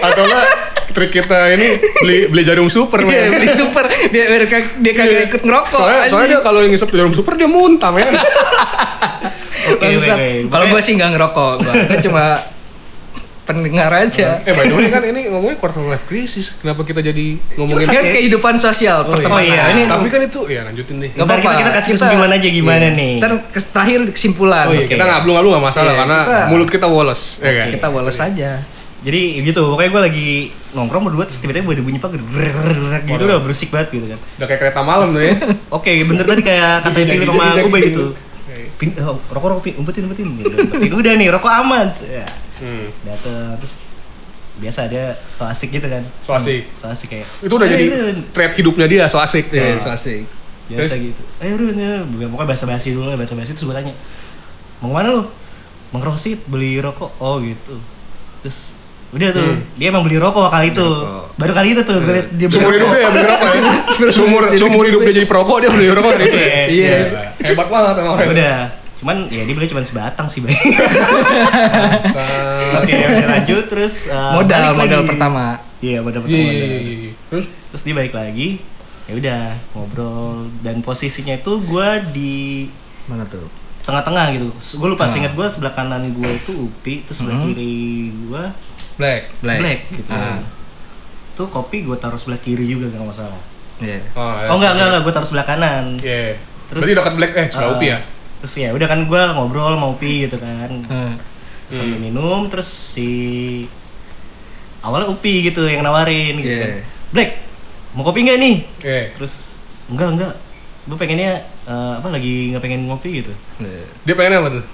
Speaker 1: Atau enggak trik kita ini beli beli jarum super
Speaker 2: Dia
Speaker 1: men.
Speaker 2: Iya,
Speaker 1: Iya.
Speaker 2: beli super biar, biar kag- dia kagak ikut ngerokok.
Speaker 1: Soalnya,
Speaker 2: anjing.
Speaker 1: soalnya dia kalau ngisep jarum super dia muntah men.
Speaker 3: Oke, oke,
Speaker 2: Bangsat.
Speaker 3: oke.
Speaker 2: Kalau
Speaker 3: Pokoknya-
Speaker 2: gue sih nggak ngerokok. Gue cuma pendengar aja.
Speaker 1: eh by the way kan ini ngomongin quarter life crisis. Kenapa kita jadi ngomongin
Speaker 2: Kan kehidupan sosial
Speaker 1: Oh, iya.
Speaker 2: pertemanan.
Speaker 3: Oh, iya.
Speaker 2: Ini
Speaker 1: tapi kan itu ya lanjutin deh.
Speaker 2: Nggak
Speaker 3: Ntar kita-
Speaker 2: apa-apa.
Speaker 3: kita kasih kesimpulan aja gimana
Speaker 2: Iya.
Speaker 3: nih.
Speaker 2: Ntar kes- terakhir kesimpulan.
Speaker 1: Oh iya,
Speaker 3: Oke.
Speaker 1: kita ngablu ngablu nggak masalah
Speaker 2: Iya,
Speaker 1: karena
Speaker 2: kita-
Speaker 1: mulut kita woles, ya kan?
Speaker 2: Kita wales aja.
Speaker 3: Jadi gitu, pokoknya gue lagi nongkrong berdua terus tiba-tiba ada bunyi pagar grrrr gitu udah berusik banget gitu kan.
Speaker 1: Udah kayak kereta malam tuh
Speaker 2: (laughs)
Speaker 1: ya.
Speaker 3: Oke, bener tadi kayak kata
Speaker 1: Jadi, jadi,
Speaker 3: Billy sama
Speaker 1: jadi,
Speaker 3: Ubay
Speaker 1: jadi.
Speaker 3: gitu.
Speaker 1: Oke.
Speaker 3: Pin, eh, rokok rokok pin, umpetin umpetin, Udah, umpetin. udah nih rokok aman. Ya.
Speaker 1: Hmm.
Speaker 3: Dateng terus biasa ada so asik gitu kan.
Speaker 1: So asik.
Speaker 3: So asik kayak.
Speaker 1: Itu udah
Speaker 3: "Eh,
Speaker 1: jadi
Speaker 3: Run."
Speaker 1: thread hidupnya dia, so asik.
Speaker 2: Iya,
Speaker 1: Nah.
Speaker 2: asik.
Speaker 3: biasa
Speaker 1: Terus?
Speaker 3: gitu. Ayo Run, ya. pokoknya bahasa basi dulu, bahasa basi terus gue tanya. Mau kemana lu? Mengrosit beli rokok. Oh gitu. Terus udah tuh,
Speaker 1: Hmm.
Speaker 3: dia emang beli rokok kali itu.
Speaker 2: rokok.
Speaker 3: Baru kali itu tuh gue liat dia
Speaker 1: Seumur
Speaker 3: beli
Speaker 1: hidup
Speaker 3: rokok.
Speaker 1: dia ya bener apa ya? Seumur seumur hidup dia jadi perokok dia beli rokok dari itu. ya?
Speaker 2: Iya.
Speaker 1: Hebat banget emang
Speaker 3: Ya
Speaker 1: orang.
Speaker 3: udah cuman ya dia beli cuma sebatang sih Bay. (laughs)
Speaker 1: Bangsat.
Speaker 3: oke
Speaker 1: Iya,
Speaker 3: udah lanjut terus uh,
Speaker 2: Modal
Speaker 3: balik lagi.
Speaker 2: modal pertama.
Speaker 3: iya modal
Speaker 1: Iya,
Speaker 3: pertama
Speaker 1: iya,
Speaker 3: modal.
Speaker 1: iya, iya. Terus
Speaker 3: terus dia balik lagi ya udah ngobrol dan posisinya itu gua di
Speaker 2: Mana tuh?
Speaker 3: tengah-tengah gitu gue lupa seingat gue sebelah kanan gue itu upi terus sebelah kiri gue
Speaker 1: black.
Speaker 3: black.
Speaker 2: Mm-hmm. Black.
Speaker 3: gitu
Speaker 2: Ah.
Speaker 3: tuh kopi gue taruh sebelah kiri juga gak masalah
Speaker 2: Iya.
Speaker 1: Ah,
Speaker 3: oh enggak enggak enggak gue taruh sebelah kanan
Speaker 1: Iya.
Speaker 3: Terus-
Speaker 1: Berarti dekat black eh sudah
Speaker 3: Ah,
Speaker 1: upi ya.
Speaker 3: terus ya udah kan gue ngobrol mau upi gitu kan
Speaker 2: Hmm.
Speaker 3: sambil minum terus si awalnya Upi gitu yang nawarin gitu kan.
Speaker 2: Iya.
Speaker 3: Black mau kopi nggak nih
Speaker 1: Iya.
Speaker 3: terus enggak enggak gue pengennya eh, apa lagi nggak pengen ngopi gitu
Speaker 2: Iya.
Speaker 1: Dia pengen apa tuh?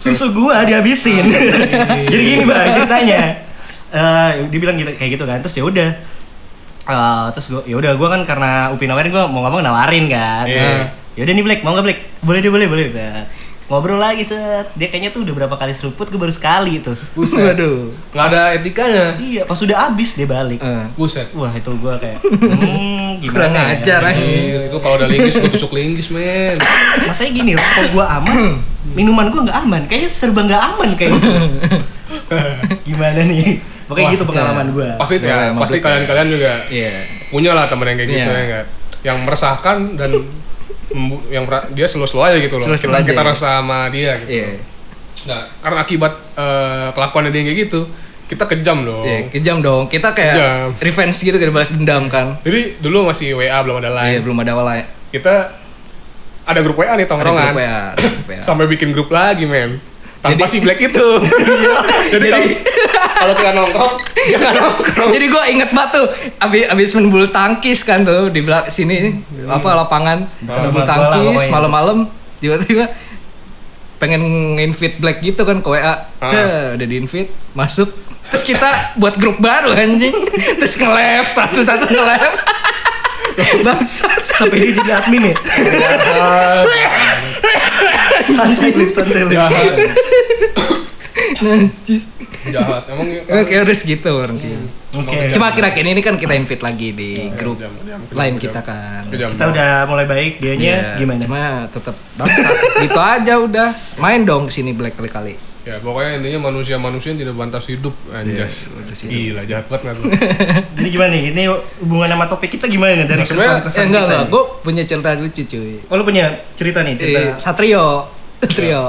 Speaker 3: susu gua dihabisin (laughs) jadi gini bang ceritanya Eh, dia bilang gitu kayak gitu kan terus ya udah Eh, terus gue ya udah gue kan karena Upi nawarin gue mau ngomong nawarin kan
Speaker 1: Iya.
Speaker 3: ya udah nih Black mau nggak Black boleh deh boleh boleh Nah, ngobrol lagi set dia kayaknya tuh udah berapa kali seruput gue baru sekali tuh
Speaker 2: Waduh.
Speaker 1: Enggak ada etikanya.
Speaker 3: Iya, pas udah habis dia balik.
Speaker 2: Eh.
Speaker 1: Buset.
Speaker 3: Wah, itu gua kayak (laughs) hmm, gimana
Speaker 2: Kurang
Speaker 3: ya?
Speaker 2: ajar eh. anjing.
Speaker 1: Anjir, itu kalau udah linggis gue tusuk linggis,
Speaker 3: (laughs)
Speaker 1: men.
Speaker 3: Masanya gini, rokok gua
Speaker 2: (clears throat)
Speaker 3: aman, minuman gua nggak aman. Kayaknya serba nggak aman kayak gitu. gimana nih? Pokoknya
Speaker 2: Wah,
Speaker 3: gitu pengalaman gua.
Speaker 1: Pasti
Speaker 2: Boleh,
Speaker 1: ya,
Speaker 2: emang
Speaker 1: pasti
Speaker 2: black ya.
Speaker 1: kalian-kalian juga
Speaker 2: Iya.
Speaker 1: punya lah temen yang kayak gitu
Speaker 2: Iya.
Speaker 1: ya enggak yang meresahkan dan membu- yang mera- dia slow-slow aja gitu loh
Speaker 2: Slow-slow
Speaker 1: kita,
Speaker 2: aja,
Speaker 1: kita
Speaker 2: ya.
Speaker 1: rasa sama dia gitu
Speaker 2: Iya.
Speaker 1: nah karena akibat eh, kelakuan dia yang kayak gitu kita kejam loh
Speaker 2: Iya, kejam dong. Kita kayak
Speaker 1: Oh. Kejam.
Speaker 2: revenge gitu kayak balas dendam kan.
Speaker 1: jadi dulu masih WA belum ada
Speaker 2: Iya,
Speaker 1: line
Speaker 2: belum ada walai.
Speaker 1: kita ada grup WA nih tongkrongan
Speaker 2: Ada grup iya. WA, ada grup WA.
Speaker 1: sampai bikin grup lagi men tanpa si Black
Speaker 2: (laughs)
Speaker 1: itu jadi, kalau- kalau kita nongkrong dia nggak nongkrong
Speaker 2: (laughs) Jadi gue inget banget tuh abis, abis main bulu tangkis kan tuh di belak sini apa lapangan
Speaker 3: Bola-
Speaker 2: bulu
Speaker 3: Hmm. bola
Speaker 2: tangkis
Speaker 3: pokoknya.
Speaker 2: malam-malam tiba-tiba pengen nge-invite black gitu kan ke WA.
Speaker 1: Ah.
Speaker 2: Ce, udah di-invite, masuk. Terus kita buat grup baru anjing. Terus nge-lab satu-satu
Speaker 3: (laughs)
Speaker 2: nge-lab. Bangsat.
Speaker 3: Sampai dia jadi admin
Speaker 2: (laughs)
Speaker 3: ya. santai lip, santai lip.
Speaker 1: jahat
Speaker 2: Najis.
Speaker 1: jahat emang ya,
Speaker 2: Emang kayak harus gitu orang kayak.
Speaker 3: Oke.
Speaker 2: Cuma akhir-akhir ini kan kita invite lagi di
Speaker 3: Iya,
Speaker 2: grup
Speaker 1: kejam, kejam, kejam,
Speaker 2: lain
Speaker 1: kejam.
Speaker 2: kita kan.
Speaker 1: kejam
Speaker 3: Kita udah mulai baik, dianya
Speaker 2: Iya,
Speaker 3: gimana?
Speaker 2: Cuma tetap bangsat. (laughs) gitu aja udah. Main dong kesini Black kali kali.
Speaker 1: Ya pokoknya intinya manusia-manusia yang tidak bantas hidup anjas. Gila jahat banget nggak tuh.
Speaker 3: Jadi gimana nih? Ini hubungan sama topik kita gimana nih? dari
Speaker 1: Nah, sebenarnya-
Speaker 2: Eh,
Speaker 3: kesan-kesan
Speaker 2: enggak
Speaker 3: kita?
Speaker 2: enggak,
Speaker 3: nih?
Speaker 2: gue punya cerita lucu cuy.
Speaker 3: Oh, lu punya cerita nih, cerita. Iya.
Speaker 2: Eh, Satrio, Satrio.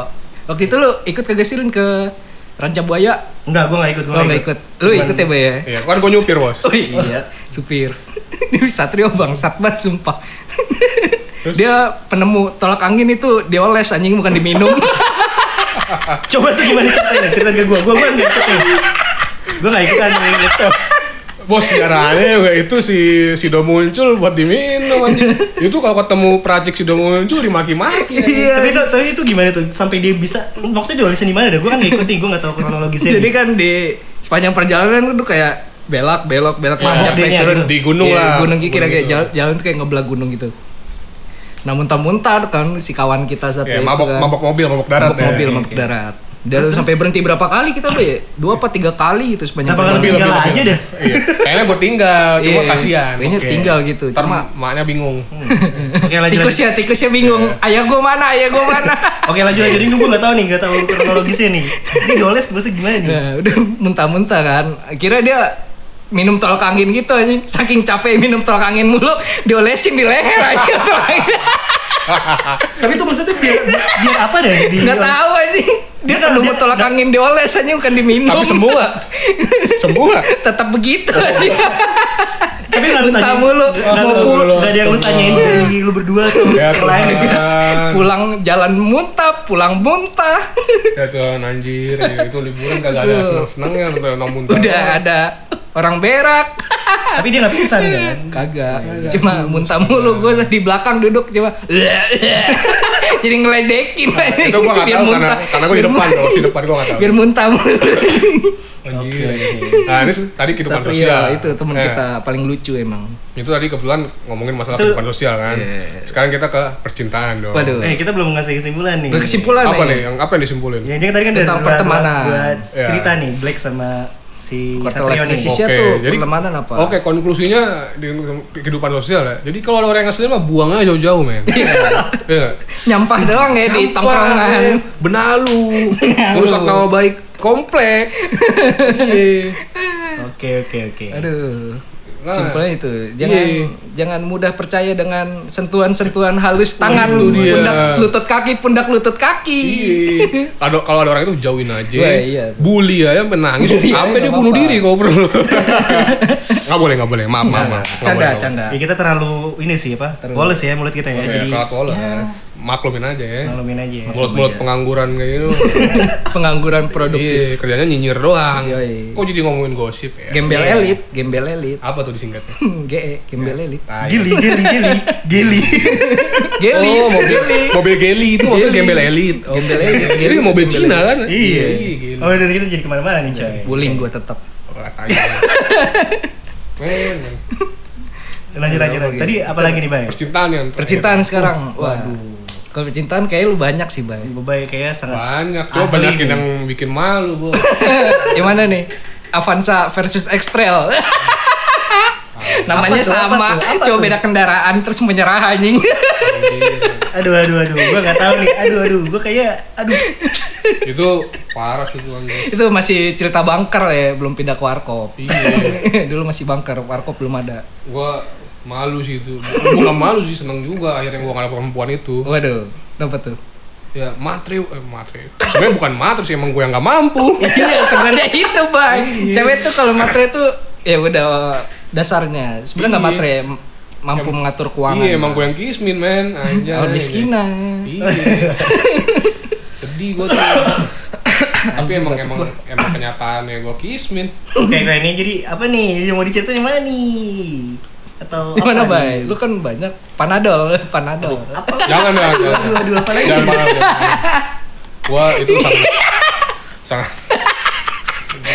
Speaker 2: Waktu itu lu ikut kagak sih Lin, ke Ranca Buaya?
Speaker 3: Enggak, gua enggak ikut, gua
Speaker 2: Lo Oh, nggak ikut. Lu ikut ya,
Speaker 3: (laughs)
Speaker 2: Bay ya?
Speaker 1: Iya, kan gue nyupir, Bos.
Speaker 2: Oh iya, supir. (laughs) Ini Satrio bangsat banget sumpah. dia penemu tolak angin itu dioles anjing bukan diminum.
Speaker 3: (laughs) Coba tuh gimana ceritanya? Cerita ke gua. Gua gua enggak ikut nih. Gua enggak ikutan nih gitu.
Speaker 1: Bos sejarahnya juga itu si Sido muncul buat diminum anjing. Itu kalau ketemu peracik Sido muncul dimaki-maki. anjing.
Speaker 2: Iya.
Speaker 3: Tapi itu, tapi itu gimana tuh? Sampai dia bisa maksudnya diolesin di mana dah? Gua kan enggak ikutin, gua enggak tahu kronologisnya.
Speaker 2: Jadi
Speaker 3: nih.
Speaker 2: kan di sepanjang perjalanan tuh kayak belok belok belok
Speaker 3: Mabok
Speaker 2: manjat
Speaker 3: dia
Speaker 2: naik
Speaker 3: nya
Speaker 2: turun
Speaker 1: gitu. Di gunung
Speaker 2: Iya,
Speaker 1: Ya, lah.
Speaker 2: gunung kira
Speaker 1: Gunung
Speaker 2: kayak
Speaker 1: gitu.
Speaker 2: jalan, jalan tuh kayak ngebelah gunung gitu namun muntah kan si kawan kita satu
Speaker 1: Ya,
Speaker 2: itu
Speaker 1: mabok,
Speaker 2: kan.
Speaker 1: mabok mobil, mabok darat
Speaker 2: Mabok
Speaker 1: ya.
Speaker 2: mobil
Speaker 3: Oke,
Speaker 2: mabok
Speaker 3: oke.
Speaker 2: darat dan sampai berhenti berapa kali kita be dua apa tiga kali itu sepanjang
Speaker 3: Kenapa
Speaker 2: perjalanan.
Speaker 3: kalau tinggal aja dah.
Speaker 1: Iya. Kayaknya gue tinggal, cuma
Speaker 2: Iya,
Speaker 1: kasihan.
Speaker 2: kayaknya
Speaker 3: Oke.
Speaker 2: tinggal gitu
Speaker 1: Ntar
Speaker 2: cuma Hmm.
Speaker 1: maknya bingung.
Speaker 3: Oke lanjut. lanjut.
Speaker 2: (laughs) tikusnya tikusnya bingung
Speaker 1: Iya.
Speaker 2: ayah gua mana ayah gua mana
Speaker 1: (laughs)
Speaker 3: Oke lanjut lanjut ini gue nggak tahu nih nggak tahu kronologisnya nih. Ini goles maksudnya gimana nih?
Speaker 2: Nah, udah muntah-muntah kan. Akhirnya dia minum tolak angin gitu anjing. Saking capek minum tolak angin mulu, diolesin di leher
Speaker 3: (laughs)
Speaker 2: anjing tolak angin.
Speaker 3: Tapi itu maksudnya biar biar apa deh? Di
Speaker 2: Enggak tahu anjing. Dia
Speaker 3: Dia
Speaker 2: kan
Speaker 3: kalau
Speaker 2: mau
Speaker 3: dia-
Speaker 2: tolak
Speaker 3: nggak-
Speaker 2: angin dioles anjing bukan diminum.
Speaker 1: Tapi sembuh nggak? Sembuh nggak?
Speaker 2: (laughs) Tetap
Speaker 3: (laughs)
Speaker 2: begitu anjing.
Speaker 3: Tapi nggak lu
Speaker 2: Muntah
Speaker 3: tanyain.
Speaker 2: mulu. Iya.
Speaker 3: Nggak nggak-
Speaker 1: Astagfirullah,
Speaker 3: nggak ada yang lu tanyain dari lu berdua tuh.
Speaker 1: Ya
Speaker 3: Selain
Speaker 1: Tuhan.
Speaker 2: Pulang jalan muntah, pulang muntah. (laughs)
Speaker 1: Ya Tuhan anjir. ya, Itu liburan kagak ada seneng-senengnya sampai orang muntah.
Speaker 2: Udah ada orang berak.
Speaker 3: Tapi dia nggak pingsan
Speaker 2: Iya.
Speaker 3: kan?
Speaker 2: Kagak.
Speaker 1: Iya,
Speaker 2: Cuma muntah mulu gue di belakang duduk cuma (laughs) jadi ngeledekin anjing.
Speaker 1: Nah, Itu gue nggak
Speaker 2: Biar
Speaker 1: tahu karena
Speaker 2: muntah.
Speaker 1: karena gue di
Speaker 2: Biar
Speaker 1: depan
Speaker 2: muntah.
Speaker 1: loh, si depan gue nggak tahu.
Speaker 2: biar muntah mulu.
Speaker 1: Anjir.
Speaker 3: Oke, oke.
Speaker 1: Nah ini tadi kehidupan
Speaker 2: Tapi
Speaker 1: sosial.
Speaker 2: ya, itu teman
Speaker 1: Eh,
Speaker 2: kita paling lucu emang.
Speaker 1: Itu tadi kebetulan ngomongin masalah
Speaker 3: Itu-
Speaker 1: kehidupan sosial kan.
Speaker 2: Iya.
Speaker 1: Sekarang kita ke percintaan dong.
Speaker 2: Waduh.
Speaker 3: Eh kita belum ngasih kesimpulan nih.
Speaker 2: Berkesimpulan ya.
Speaker 1: Apa
Speaker 2: nih.
Speaker 1: nih? Yang apa yang disimpulin?
Speaker 3: Ya ini kan tadi kan
Speaker 2: Tentang
Speaker 3: dua- dua-
Speaker 2: pertemanan.
Speaker 3: dua
Speaker 1: Ya.
Speaker 3: cerita nih Black sama si
Speaker 2: Quarter
Speaker 3: Satrio
Speaker 2: life
Speaker 3: nih.
Speaker 2: crisis. Sosial tuh pertemanan apa?
Speaker 1: Oke, konklusinya di, di kehidupan sosial ya. Jadi kalau ada orang yang ngeselin mah buang aja jauh-jauh, men. Iya. nggak?
Speaker 2: Nyampah doang ya di tongkrongan.
Speaker 1: Apa? Benalu. Rusak nama baik
Speaker 2: (laughs)
Speaker 1: komplek. Iya.
Speaker 3: Oke oke oke.
Speaker 2: Aduh.
Speaker 1: Nah.
Speaker 2: Simpelnya itu. Jangan
Speaker 1: Iya.
Speaker 2: jangan mudah percaya dengan sentuhan-sentuhan halus tangan,
Speaker 1: Itu dia.
Speaker 2: pundak lutut kaki, pundak lutut kaki.
Speaker 1: Iya. Kalau kalau ada orang itu jauhin aja.
Speaker 2: Wah, iya.
Speaker 1: Bully aja menangis
Speaker 2: Bully aja,
Speaker 1: sampai dia
Speaker 2: nggak
Speaker 1: bunuh
Speaker 2: apa-apa.
Speaker 1: diri
Speaker 2: (laughs)
Speaker 1: ngobrol. Nggak boleh, nggak boleh. Maaf, maaf, maaf. Nggak boleh,
Speaker 2: Canda,
Speaker 1: nggak
Speaker 2: canda. Iya,
Speaker 3: Ya kita terlalu ini sih apa?
Speaker 2: Terlalu.
Speaker 3: Woles ya mulut kita
Speaker 1: boleh.
Speaker 3: ya.
Speaker 1: Oke,
Speaker 3: Jadi
Speaker 1: kalau polos, maklumin aja ya.
Speaker 3: malumin aja. ya.
Speaker 1: Mulut-mulut
Speaker 2: Iya.
Speaker 1: pengangguran kayak
Speaker 2: (laughs)
Speaker 1: gitu.
Speaker 2: Pengangguran produktif.
Speaker 1: Iya, kerjanya nyinyir doang.
Speaker 2: Yoi.
Speaker 1: Kok jadi ngomongin gosip ya?
Speaker 2: Gembel elit, gembel
Speaker 1: (laughs)
Speaker 2: elit. Iya.
Speaker 1: Apa tuh disingkatnya?
Speaker 2: GE, gembel elit.
Speaker 3: Gili gili gili gili.
Speaker 2: (laughs) Geli,
Speaker 1: Oh, mobil
Speaker 2: geli.
Speaker 1: mobil Geli itu maksudnya
Speaker 2: Geli.
Speaker 1: gembel elit. Oh.
Speaker 2: Gembel elit.
Speaker 1: Jadi mobil Cina kan?
Speaker 3: Iya.
Speaker 1: geli.
Speaker 3: Oh dari kita jadi kemana-mana nih coy.
Speaker 2: Guling gue tetap.
Speaker 1: Orang tai.
Speaker 2: (laughs)
Speaker 1: Men, men.
Speaker 3: Lanjut lanjut. lanjut. Tadi apa lagi nih Bay?
Speaker 1: percintaan yang terakhir.
Speaker 2: Percintaan sekarang. Waduh. Kalau percintaan kayak lu banyak sih, Bang.
Speaker 3: Bay kayaknya sangat
Speaker 1: banyak. Coba
Speaker 3: Ahli
Speaker 1: banyakin
Speaker 3: nih.
Speaker 1: yang bikin malu, Bu.
Speaker 2: (laughs) Gimana nih? Avanza versus X-Trail. (laughs) Namanya
Speaker 3: Apa tuh, apa
Speaker 2: sama,
Speaker 3: tuh, apa
Speaker 2: cuma
Speaker 3: tuh?
Speaker 2: beda kendaraan terus menyerah anjing. (laughs)
Speaker 3: aduh aduh aduh gua nggak tahu nih aduh aduh gua kayaknya aduh
Speaker 1: itu parah sih tuh anjing.
Speaker 2: Itu masih cerita bunker ya, belum pindah ke Warkop.
Speaker 1: Iya.
Speaker 2: (laughs) Dulu masih bunker, Warkop belum ada.
Speaker 1: Gua malu sih itu. Bukan malu sih, seneng juga akhirnya gua ngalamin perempuan itu.
Speaker 2: Waduh, kenapa tuh?
Speaker 1: Ya, matre, eh matre. Sebenarnya bukan matre sih, emang gua yang gak mampu.
Speaker 2: Iya, sebenarnya itu, Bang.
Speaker 1: Iya.
Speaker 2: Cewek tuh kalau matre tuh ya udah dasarnya. Sebenarnya nggak
Speaker 1: Iya.
Speaker 2: matre, m- mampu mengatur keuangan.
Speaker 1: Iya, emang gue yang kismin, men. Anjay.
Speaker 2: Oh, miskinan.
Speaker 1: Iya. Sedih gue tuh. Tapi emang emang emang kenyataannya gue kismin.
Speaker 3: Oke, oke, ini jadi apa nih? Yang mau diceritain yang mana nih? Atau apa
Speaker 2: Gimana,
Speaker 3: nih?
Speaker 2: Bay? Lu kan banyak panadol, (laughs) panadol.
Speaker 3: Apa?
Speaker 1: Jangan lah.
Speaker 3: Aduh,
Speaker 1: jangan.
Speaker 3: aduh, apa lagi?
Speaker 1: Jangan marah. Wah, itu sangat sangat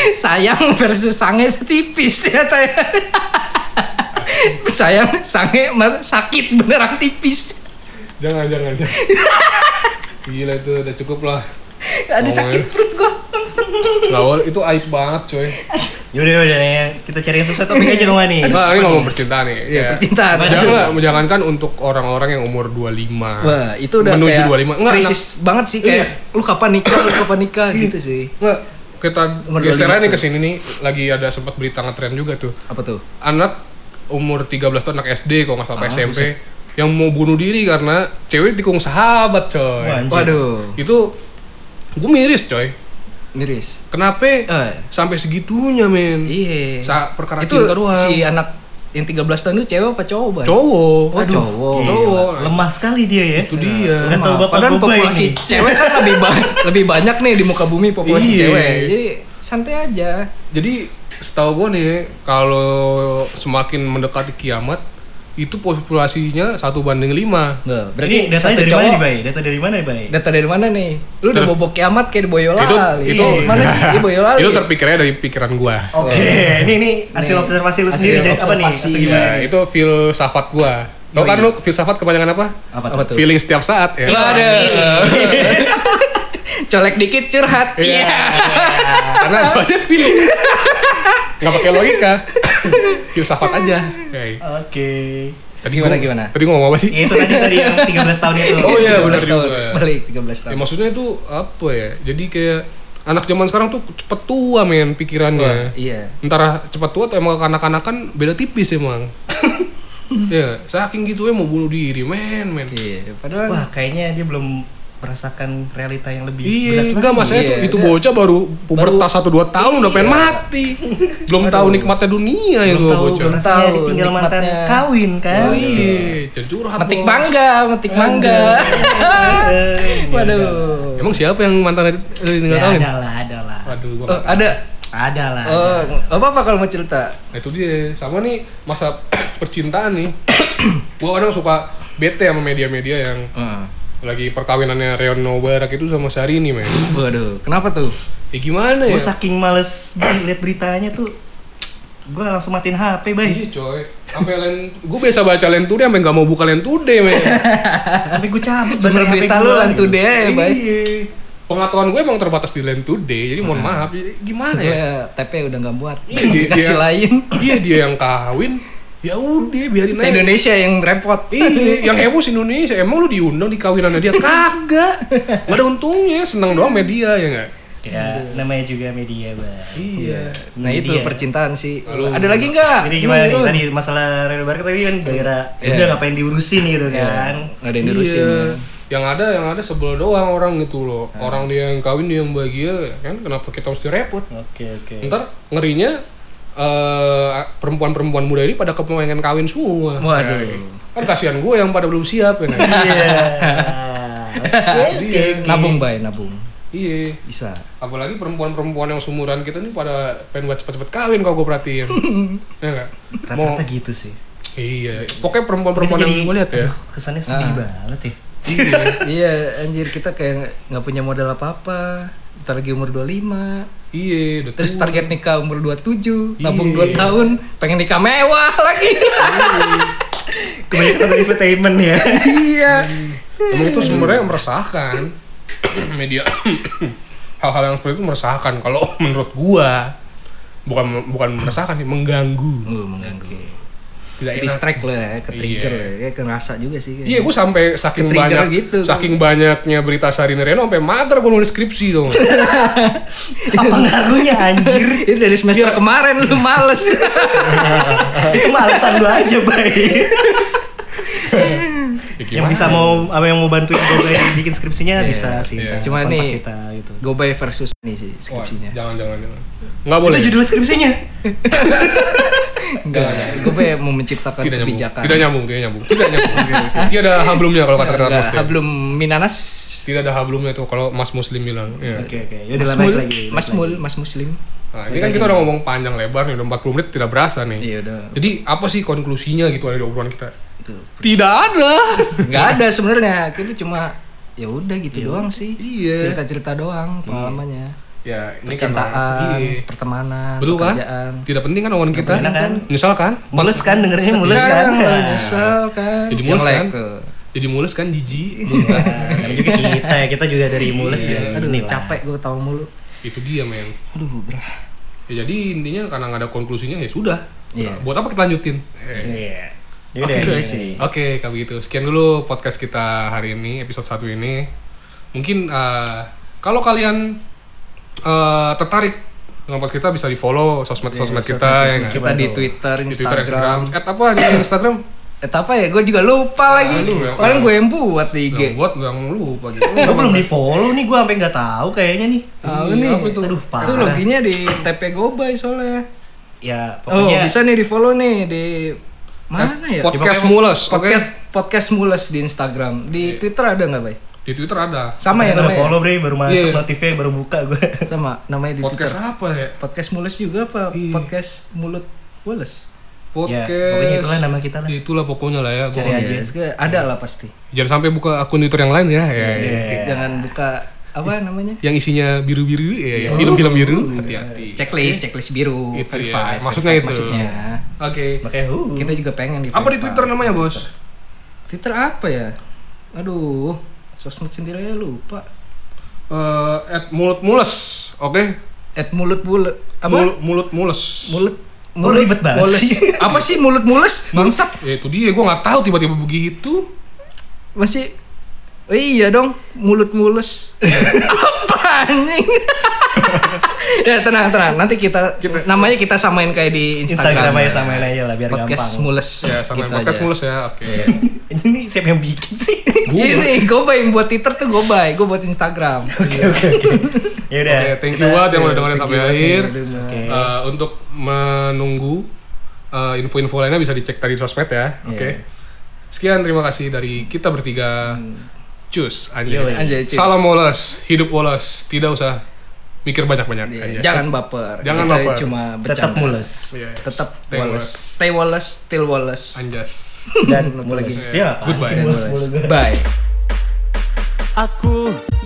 Speaker 2: Sayang versus sange itu tipis (laughs) ya tanya. Sayang sange ma- sakit beneran tipis.
Speaker 1: jangan jangan jangan. Gila itu udah cukup lah. Oh,
Speaker 2: Ada sakit
Speaker 1: iya.
Speaker 2: perut gua langsung.
Speaker 1: Lawal itu aib banget coy.
Speaker 3: Yaudah, yaudah, ya. kita cari yang sesuai topik aja rumah nih.
Speaker 1: Nah, ini ngomong percintaan nih.
Speaker 2: Iya,
Speaker 1: Ya.
Speaker 2: percintaan.
Speaker 1: Jangan, jangankan untuk orang-orang yang umur 25.
Speaker 2: Wah, iya. itu udah
Speaker 1: menuju
Speaker 2: kayak
Speaker 1: 25. Enggak,
Speaker 2: krisis banget sih kayak
Speaker 1: Iya.
Speaker 2: lu kapan nikah, lu kapan nikah gitu sih.
Speaker 1: Nggak, kita
Speaker 2: Umur
Speaker 1: geser aja
Speaker 2: 25
Speaker 1: nih ke sini nih lagi ada sempat berita ngetren juga tuh
Speaker 2: Apa tuh?
Speaker 1: anak umur 13 tahun anak SD kalau nggak salah apa SMP yang mau bunuh diri karena cewek tikung sahabat coy
Speaker 3: Wah, anjing.
Speaker 2: Waduh,
Speaker 1: itu gue miris coy
Speaker 2: miris.
Speaker 1: kenapa
Speaker 2: Eh,
Speaker 1: sampai segitunya men
Speaker 2: iya.
Speaker 1: Sa- perkara
Speaker 2: Itu
Speaker 1: cinta doang
Speaker 2: si anak yang 13 tahun itu cewek apa cowok, Bay?
Speaker 1: cowok
Speaker 2: Oh, cowok.
Speaker 3: Gila,
Speaker 1: cowok
Speaker 3: Lemah sekali dia ya.
Speaker 1: itu dia
Speaker 3: Nggak tahu bapak
Speaker 2: Padahal
Speaker 3: gua baik
Speaker 2: populasi
Speaker 3: nih.
Speaker 2: cewek kan lebih
Speaker 3: (laughs)
Speaker 2: banyak lebih banyak nih di muka bumi populasi
Speaker 1: Iya.
Speaker 2: cewek. Jadi santai aja.
Speaker 1: jadi setahu gue nih kalau semakin mendekati kiamat itu populasinya satu banding lima
Speaker 2: Nah,
Speaker 3: Ini
Speaker 2: berarti
Speaker 3: datanya
Speaker 2: satu
Speaker 3: dari mana
Speaker 2: cowok
Speaker 3: nih, Bay? Data dari mana, Bay?
Speaker 2: data dari mana nih? Lu udah
Speaker 1: Ter-
Speaker 2: bobo kiamat kayak di Boyolali.
Speaker 1: Itu- itu-
Speaker 2: mana sih di Boyolali?
Speaker 1: itu terpikirnya dari pikiran gua
Speaker 2: Oh,
Speaker 3: Oke, ini ini hasil
Speaker 2: Nih,
Speaker 3: observasi
Speaker 2: hasil
Speaker 3: lu
Speaker 2: iya,
Speaker 3: sendiri, Jack. Apa nih? Atau
Speaker 1: Nah,
Speaker 2: observasi.
Speaker 3: gimana?
Speaker 1: Ya, itu filsafat gua
Speaker 2: Oh,
Speaker 1: Tau
Speaker 2: iya.
Speaker 1: kan lu filsafat kepanjangan apa?
Speaker 3: Apa tuh?
Speaker 2: Apa tuh?
Speaker 1: Feeling setiap saat ya.
Speaker 2: Iya. Waduh. (laughs) Colek dikit curhat. (laughs) Iya.
Speaker 1: Karena banyak feeling. Gak pakai logika. filsafat aja. Oke.
Speaker 3: Oke.
Speaker 1: Tadi
Speaker 2: Gimana,
Speaker 1: gua-
Speaker 2: gimana? Iya.
Speaker 1: Tadi ngomong apa sih?
Speaker 3: Ya itu tadi tadi yang 13 tahun itu.
Speaker 1: Oh, iya,
Speaker 2: 13
Speaker 1: benar
Speaker 2: tahun.
Speaker 1: juga.
Speaker 2: Balik 13 tahun.
Speaker 1: Ya maksudnya itu apa ya? Jadi kayak anak zaman sekarang tuh cepet tua men pikirannya.
Speaker 2: Iya.
Speaker 1: Entara cepet tua atau emang kanak-kanakan beda tipis
Speaker 2: (laughs)
Speaker 1: emang. ya, saking gitu ya mau bunuh diri men men.
Speaker 2: Iya, padahal
Speaker 3: Wah, kayaknya dia belum merasakan realita yang lebih
Speaker 1: Iya,
Speaker 3: berat
Speaker 1: enggak
Speaker 3: lagi.
Speaker 1: masalahnya
Speaker 2: Iya,
Speaker 1: tuh itu
Speaker 2: iya.
Speaker 1: bocah baru pubertas
Speaker 2: Baru-
Speaker 1: satu dua tahun udah pengen
Speaker 2: Iya.
Speaker 1: mati. Belum tahu nikmatnya dunia ya
Speaker 3: Belum
Speaker 1: tuh
Speaker 3: tahu
Speaker 1: bocah.
Speaker 3: rasanya
Speaker 2: Tahu
Speaker 3: ditinggal mantan
Speaker 2: nikmatnya.
Speaker 3: kawin kan.
Speaker 1: Oh, iya, jadi curhat.
Speaker 2: metik
Speaker 1: Bos.
Speaker 2: mangga, metik mangga.
Speaker 1: Iya,
Speaker 3: Iya, Eh,
Speaker 2: (laughs)
Speaker 3: ini
Speaker 2: Waduh.
Speaker 1: Emang siapa yang mantan Eh, tinggal
Speaker 3: Ada
Speaker 1: tahun?
Speaker 3: Ya, ada lah, ada lah.
Speaker 1: Aduh, gua
Speaker 2: Oh,
Speaker 1: nggak
Speaker 2: ada
Speaker 3: Ada lah.
Speaker 2: Oh, apa-apa kalau mau cerita?
Speaker 1: Nah itu dia, sama nih masa (coughs) percintaan nih (coughs) Gua kadang suka bete sama media-media yang lagi perkawinannya Reno Barak itu sama Syahrini men
Speaker 2: Waduh, kenapa tuh?
Speaker 1: Ya gimana
Speaker 2: iya.
Speaker 1: ya?
Speaker 3: Gue saking males lihat beritanya tuh gue langsung matiin HP, Bay.
Speaker 1: Iya coy, sampai len, gue biasa baca len today sampai nggak mau buka len today men.
Speaker 3: Sampai gue cabut
Speaker 2: Sumber berita lu lantu
Speaker 3: deh
Speaker 2: deh, baik.
Speaker 1: (laughs) Iya. Pengetahuan gue emang terbatas di len today, jadi mohon maaf. Jadi Iya. Gimana ya?
Speaker 2: Iya, TP udah nggak muat.
Speaker 1: Iya, dia-
Speaker 2: Dikasih
Speaker 1: dia-
Speaker 2: lain.
Speaker 1: Iya dia yang kahwin, ya udah biarin
Speaker 2: Se
Speaker 1: aja.
Speaker 2: Indonesia yang repot.
Speaker 1: Iya, yang heboh si Indonesia. Emang lu diundang di kawinannya dia? Kagak. Gak ada untungnya, seneng doang media ya nggak?
Speaker 2: Iya.
Speaker 3: Ya, namanya juga media, Bay.
Speaker 1: Iya.
Speaker 2: (laughs) Nah
Speaker 3: Ini
Speaker 2: itu
Speaker 3: dia.
Speaker 2: percintaan sih.
Speaker 1: Lalu-
Speaker 2: Ada lagi nggak?
Speaker 3: Jadi gimana
Speaker 2: Ini,
Speaker 3: nih
Speaker 2: Run.
Speaker 3: tadi masalah Reno Barker tadi kan gara-gara ya
Speaker 2: Iya.
Speaker 3: udah ngapain diurusin gitu
Speaker 2: Iya,
Speaker 3: kan.
Speaker 2: Nggak ada yang diurusin.
Speaker 1: Iya.
Speaker 2: ya.
Speaker 1: Yang ada yang ada sebel doang orang gitu loh. Orang dia yang kawin dia yang bahagia kan kenapa kita mesti repot?
Speaker 3: Oke, oke.
Speaker 2: Iya.
Speaker 1: Ntar ngerinya eh, perempuan-perempuan muda ini pada kepengen kawin semua.
Speaker 2: Waduh.
Speaker 1: Ya, kan kasihan gue yang pada belum siap ya. (laughs) Nek.
Speaker 3: Iya. Oke, oke, oke.
Speaker 2: Iya. Nabung bay, nabung.
Speaker 1: iya.
Speaker 2: Bisa.
Speaker 1: Apalagi perempuan-perempuan yang sumuran kita nih pada pengen buat cepet-cepet kawin kalau gue (laughs) perhatiin. ya enggak? Mau
Speaker 3: Rata-rata gitu sih.
Speaker 1: iya. Pokoknya perempuan-perempuan
Speaker 3: Itu
Speaker 1: yang
Speaker 3: jadi-
Speaker 1: gue lihat ya.
Speaker 3: aduh,
Speaker 2: Ah.
Speaker 3: Kesannya sedih banget ya.
Speaker 1: iya.
Speaker 2: iya, anjir kita kayak nggak punya modal apa-apa. Ntar lagi umur 25.
Speaker 1: Iya, udah
Speaker 2: Terus target nikah umur 27, nabung
Speaker 1: Iya.
Speaker 2: 2 tahun, pengen nikah mewah lagi.
Speaker 3: Kebanyakan entertainment
Speaker 2: (laughs)
Speaker 3: ya.
Speaker 2: iya.
Speaker 1: Emang itu sebenarnya meresahkan. (coughs) Media (coughs) hal-hal yang seperti itu meresahkan kalau menurut gua bukan bukan meresahkan sih mengganggu.
Speaker 2: Uh, mengganggu.
Speaker 1: Tidak
Speaker 2: Ke
Speaker 1: enak.
Speaker 2: distract lah ya, ke trigger
Speaker 1: Iya.
Speaker 2: lah ya, ke ngerasa juga sih kayaknya.
Speaker 1: Iya, gua sampai saking
Speaker 2: Ketrigger
Speaker 1: banyak
Speaker 2: gitu.
Speaker 1: saking banyaknya berita Sarini Reno sampai mater gua nulis skripsi Ya, dong.
Speaker 3: Apa
Speaker 1: Iya.
Speaker 3: ngaruhnya anjir?
Speaker 2: Ini dari semester kemarin lu males.
Speaker 1: Iya.
Speaker 2: Oh.
Speaker 3: itu mah alasan lu aja bay
Speaker 1: Ya,
Speaker 3: yang bisa mau apa yang mau bantuin gue bikin skripsinya
Speaker 2: Iya,
Speaker 3: bisa sih
Speaker 1: iya.
Speaker 3: ntar
Speaker 2: Cuma
Speaker 3: kontak
Speaker 2: nih-
Speaker 3: kita gitu
Speaker 2: Gobay versus ini sih
Speaker 1: Wah,
Speaker 2: skripsinya.
Speaker 1: jangan jangan jangan. Enggak boleh. Iya.
Speaker 3: itu judul skripsinya
Speaker 2: Enggak, Gobay mau menciptakan
Speaker 1: tidak nyambung.
Speaker 2: kebijakan.
Speaker 1: Tidak nyambung, kayaknya nyambung. Tidak (laughs) nyambung. Tidak ada hablumnya kalau kata-kata
Speaker 2: Enggak,
Speaker 1: Mas. Teo.
Speaker 2: belum minanas.
Speaker 1: Tidak ada hablumnya tuh kalau Mas Muslim bilang. Iya.
Speaker 3: oke oke ya udah
Speaker 2: Mas
Speaker 3: naik
Speaker 2: Mul,
Speaker 3: lagi naik
Speaker 2: Mas
Speaker 3: lagi.
Speaker 2: Mul, Mas Muslim.
Speaker 1: Nah, ini kan kita udah ngomong panjang lebar nih, udah 40 menit tidak berasa nih.
Speaker 2: Iya udah.
Speaker 1: Jadi apa sih konklusinya gitu dari obrolan kita?
Speaker 2: Tuh.
Speaker 1: Tidak ada.
Speaker 2: Enggak ada sebenarnya. Kita cuma ya udah gitu doang sih.
Speaker 1: Iya.
Speaker 2: Cerita-cerita doang pengalamannya.
Speaker 1: ya, Hmm. ini
Speaker 2: Percintaan,
Speaker 1: Iya.
Speaker 2: pertemanan,
Speaker 1: Betul kan?
Speaker 2: pekerjaan.
Speaker 1: Tidak penting kan omongan kita?
Speaker 3: penting kan?
Speaker 1: Nyesal kan?
Speaker 3: mules kan dengernya mules kan
Speaker 2: Sekarang
Speaker 3: Nah,
Speaker 2: lo Iya nyesel kan.
Speaker 1: Jadi mulus
Speaker 2: Jelek Iya,
Speaker 1: kan?
Speaker 2: tuh.
Speaker 1: Jadi mulus kan jijik.
Speaker 3: nah, juga kita ya kita juga dari mules
Speaker 1: Iya,
Speaker 3: ya
Speaker 2: Iya. Aduh,
Speaker 3: Inilah.
Speaker 2: capek gue tahu mulu.
Speaker 1: Itu dia, men.
Speaker 3: aduh brah
Speaker 1: Ya, jadi intinya karena nggak ada konklusinya ya sudah.
Speaker 2: Iya.
Speaker 1: Buat apa kita lanjutin? Eh.
Speaker 3: iya ya
Speaker 2: Oke,
Speaker 3: udah
Speaker 2: itu
Speaker 3: gini.
Speaker 2: sih.
Speaker 1: Oke, kalau gitu. Sekian dulu podcast kita hari ini, episode 1 ini. Mungkin eh, kalau kalian eh, tertarik dengan podcast kita bisa di-follow sosmed-sosmed kita ya nggak?
Speaker 2: Kita di Twitter,
Speaker 1: Di Twitter, Instagram.
Speaker 2: Instagram.
Speaker 1: At apa di Instagram?
Speaker 2: Eh apa ya? Gue juga lupa lagi.
Speaker 1: lu yang-
Speaker 2: Paling gue yang buat di IG.
Speaker 1: Yang buat gitu. yang lu pagi.
Speaker 3: Lo belum di follow nih, gue sampai nggak tahu kayaknya nih.
Speaker 2: Ah,
Speaker 1: Iya,
Speaker 2: ini.
Speaker 1: apa itu?
Speaker 3: Aduh,
Speaker 2: Itu
Speaker 3: parah.
Speaker 2: loginya di TP Gobay soalnya.
Speaker 3: Ya
Speaker 2: Oh,
Speaker 3: pokoknya
Speaker 2: bisa nih di follow nih di mana ya?
Speaker 1: Podcast Mules, oke.
Speaker 2: Podcast podcast Mules di Instagram.
Speaker 1: Iya.
Speaker 2: Di Twitter ada nggak, Bay?
Speaker 1: Di Twitter ada.
Speaker 2: Sama ya
Speaker 3: Baru
Speaker 2: namanya.
Speaker 3: follow bre, baru masuk
Speaker 1: Iya.
Speaker 3: notifnya, baru buka gue.
Speaker 2: (laughs) Sama namanya di
Speaker 1: Podcast
Speaker 2: Twitter.
Speaker 1: apa ya?
Speaker 2: Podcast Mules juga apa?
Speaker 1: Iya.
Speaker 2: Podcast Mulut Mules.
Speaker 1: Podcast.
Speaker 3: Ya, pokoknya itulah nama kita lah.
Speaker 1: Itulah pokoknya lah ya.
Speaker 3: Cari
Speaker 1: Gua-
Speaker 3: aja.
Speaker 2: Yes, ke- Oh, iya. ada lah pasti.
Speaker 1: Jangan sampai buka akun Twitter yang lain ya. ya, ya.
Speaker 3: Iya.
Speaker 2: Jangan buka apa namanya?
Speaker 1: Yang isinya biru-biru ya, ya.
Speaker 3: Oh.
Speaker 1: film-film biru.
Speaker 3: Iya.
Speaker 1: Hati-hati.
Speaker 2: Checklist, checklist biru,
Speaker 1: Itu ya.
Speaker 2: verified.
Speaker 1: Maksudnya
Speaker 2: verified
Speaker 1: itu.
Speaker 2: Maksudnya.
Speaker 1: Oke.
Speaker 3: Makanya uh.
Speaker 2: Kita juga pengen di
Speaker 1: Apa di
Speaker 2: verified.
Speaker 1: Twitter namanya, Bos?
Speaker 2: Twitter apa ya? Aduh, sosmed sendiri aja lupa.
Speaker 1: Eh, at mulut mules, oke?
Speaker 2: At mulut bulet. Apa?
Speaker 1: Mul- mulut mules.
Speaker 2: Mulut
Speaker 3: Oh, ribet banget
Speaker 2: mules.
Speaker 3: sih.
Speaker 2: Apa sih mulut mules? Bangsat.
Speaker 1: Ya itu dia, gue nggak tahu tiba-tiba begitu.
Speaker 2: Masih Oh iya dong, mulut
Speaker 3: (laughs)
Speaker 2: mules. apa anjing? ya tenang tenang, nanti kita namanya kita samain kayak di Instagram. ya.
Speaker 3: Instagram aja samain aja lah biar
Speaker 2: podcast
Speaker 3: gampang.
Speaker 2: mules.
Speaker 1: Ya sama
Speaker 2: gitu
Speaker 1: podcast
Speaker 2: aja.
Speaker 1: mules ya, oke.
Speaker 3: (laughs) Ini siapa yang bikin sih?
Speaker 1: Gua.
Speaker 2: Ini gue buat buat Twitter tuh gue buy, gue buat Instagram.
Speaker 3: Oke (laughs) oke oke. Ya udah.
Speaker 1: Oke, thank you buat yang udah dengerin sampai akhir.
Speaker 3: Oke.
Speaker 1: Eh, untuk menunggu eh, info-info lainnya bisa dicek tadi di sosmed ya. Oke. Sekian terima kasih dari kita bertiga. Cus, anjay.
Speaker 3: Yoi.
Speaker 2: Anjay, cheers.
Speaker 1: Salam woles, hidup woles, tidak usah mikir banyak-banyak.
Speaker 2: Iya,
Speaker 1: anjay.
Speaker 2: Jangan baper.
Speaker 1: Jangan
Speaker 2: Kita
Speaker 1: baper.
Speaker 2: Cuma
Speaker 3: Tetap
Speaker 2: bercanda.
Speaker 3: mules.
Speaker 1: Yes.
Speaker 2: Tetap
Speaker 1: Stay
Speaker 2: woles.
Speaker 1: woles.
Speaker 2: Stay woles, still woles.
Speaker 1: Anjas.
Speaker 3: Dan
Speaker 2: Tetap
Speaker 3: (laughs) mules.
Speaker 1: lagi.
Speaker 3: Ya, apaan
Speaker 1: Goodbye.
Speaker 3: sih mules mulu gue.
Speaker 2: Bye.
Speaker 4: Aku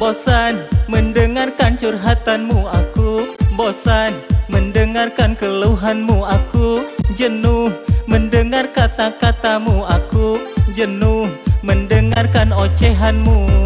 Speaker 4: bosan mendengarkan curhatanmu Aku bosan mendengarkan keluhanmu Aku jenuh mendengar kata-katamu Aku jenuh mendengarkan ocehanmu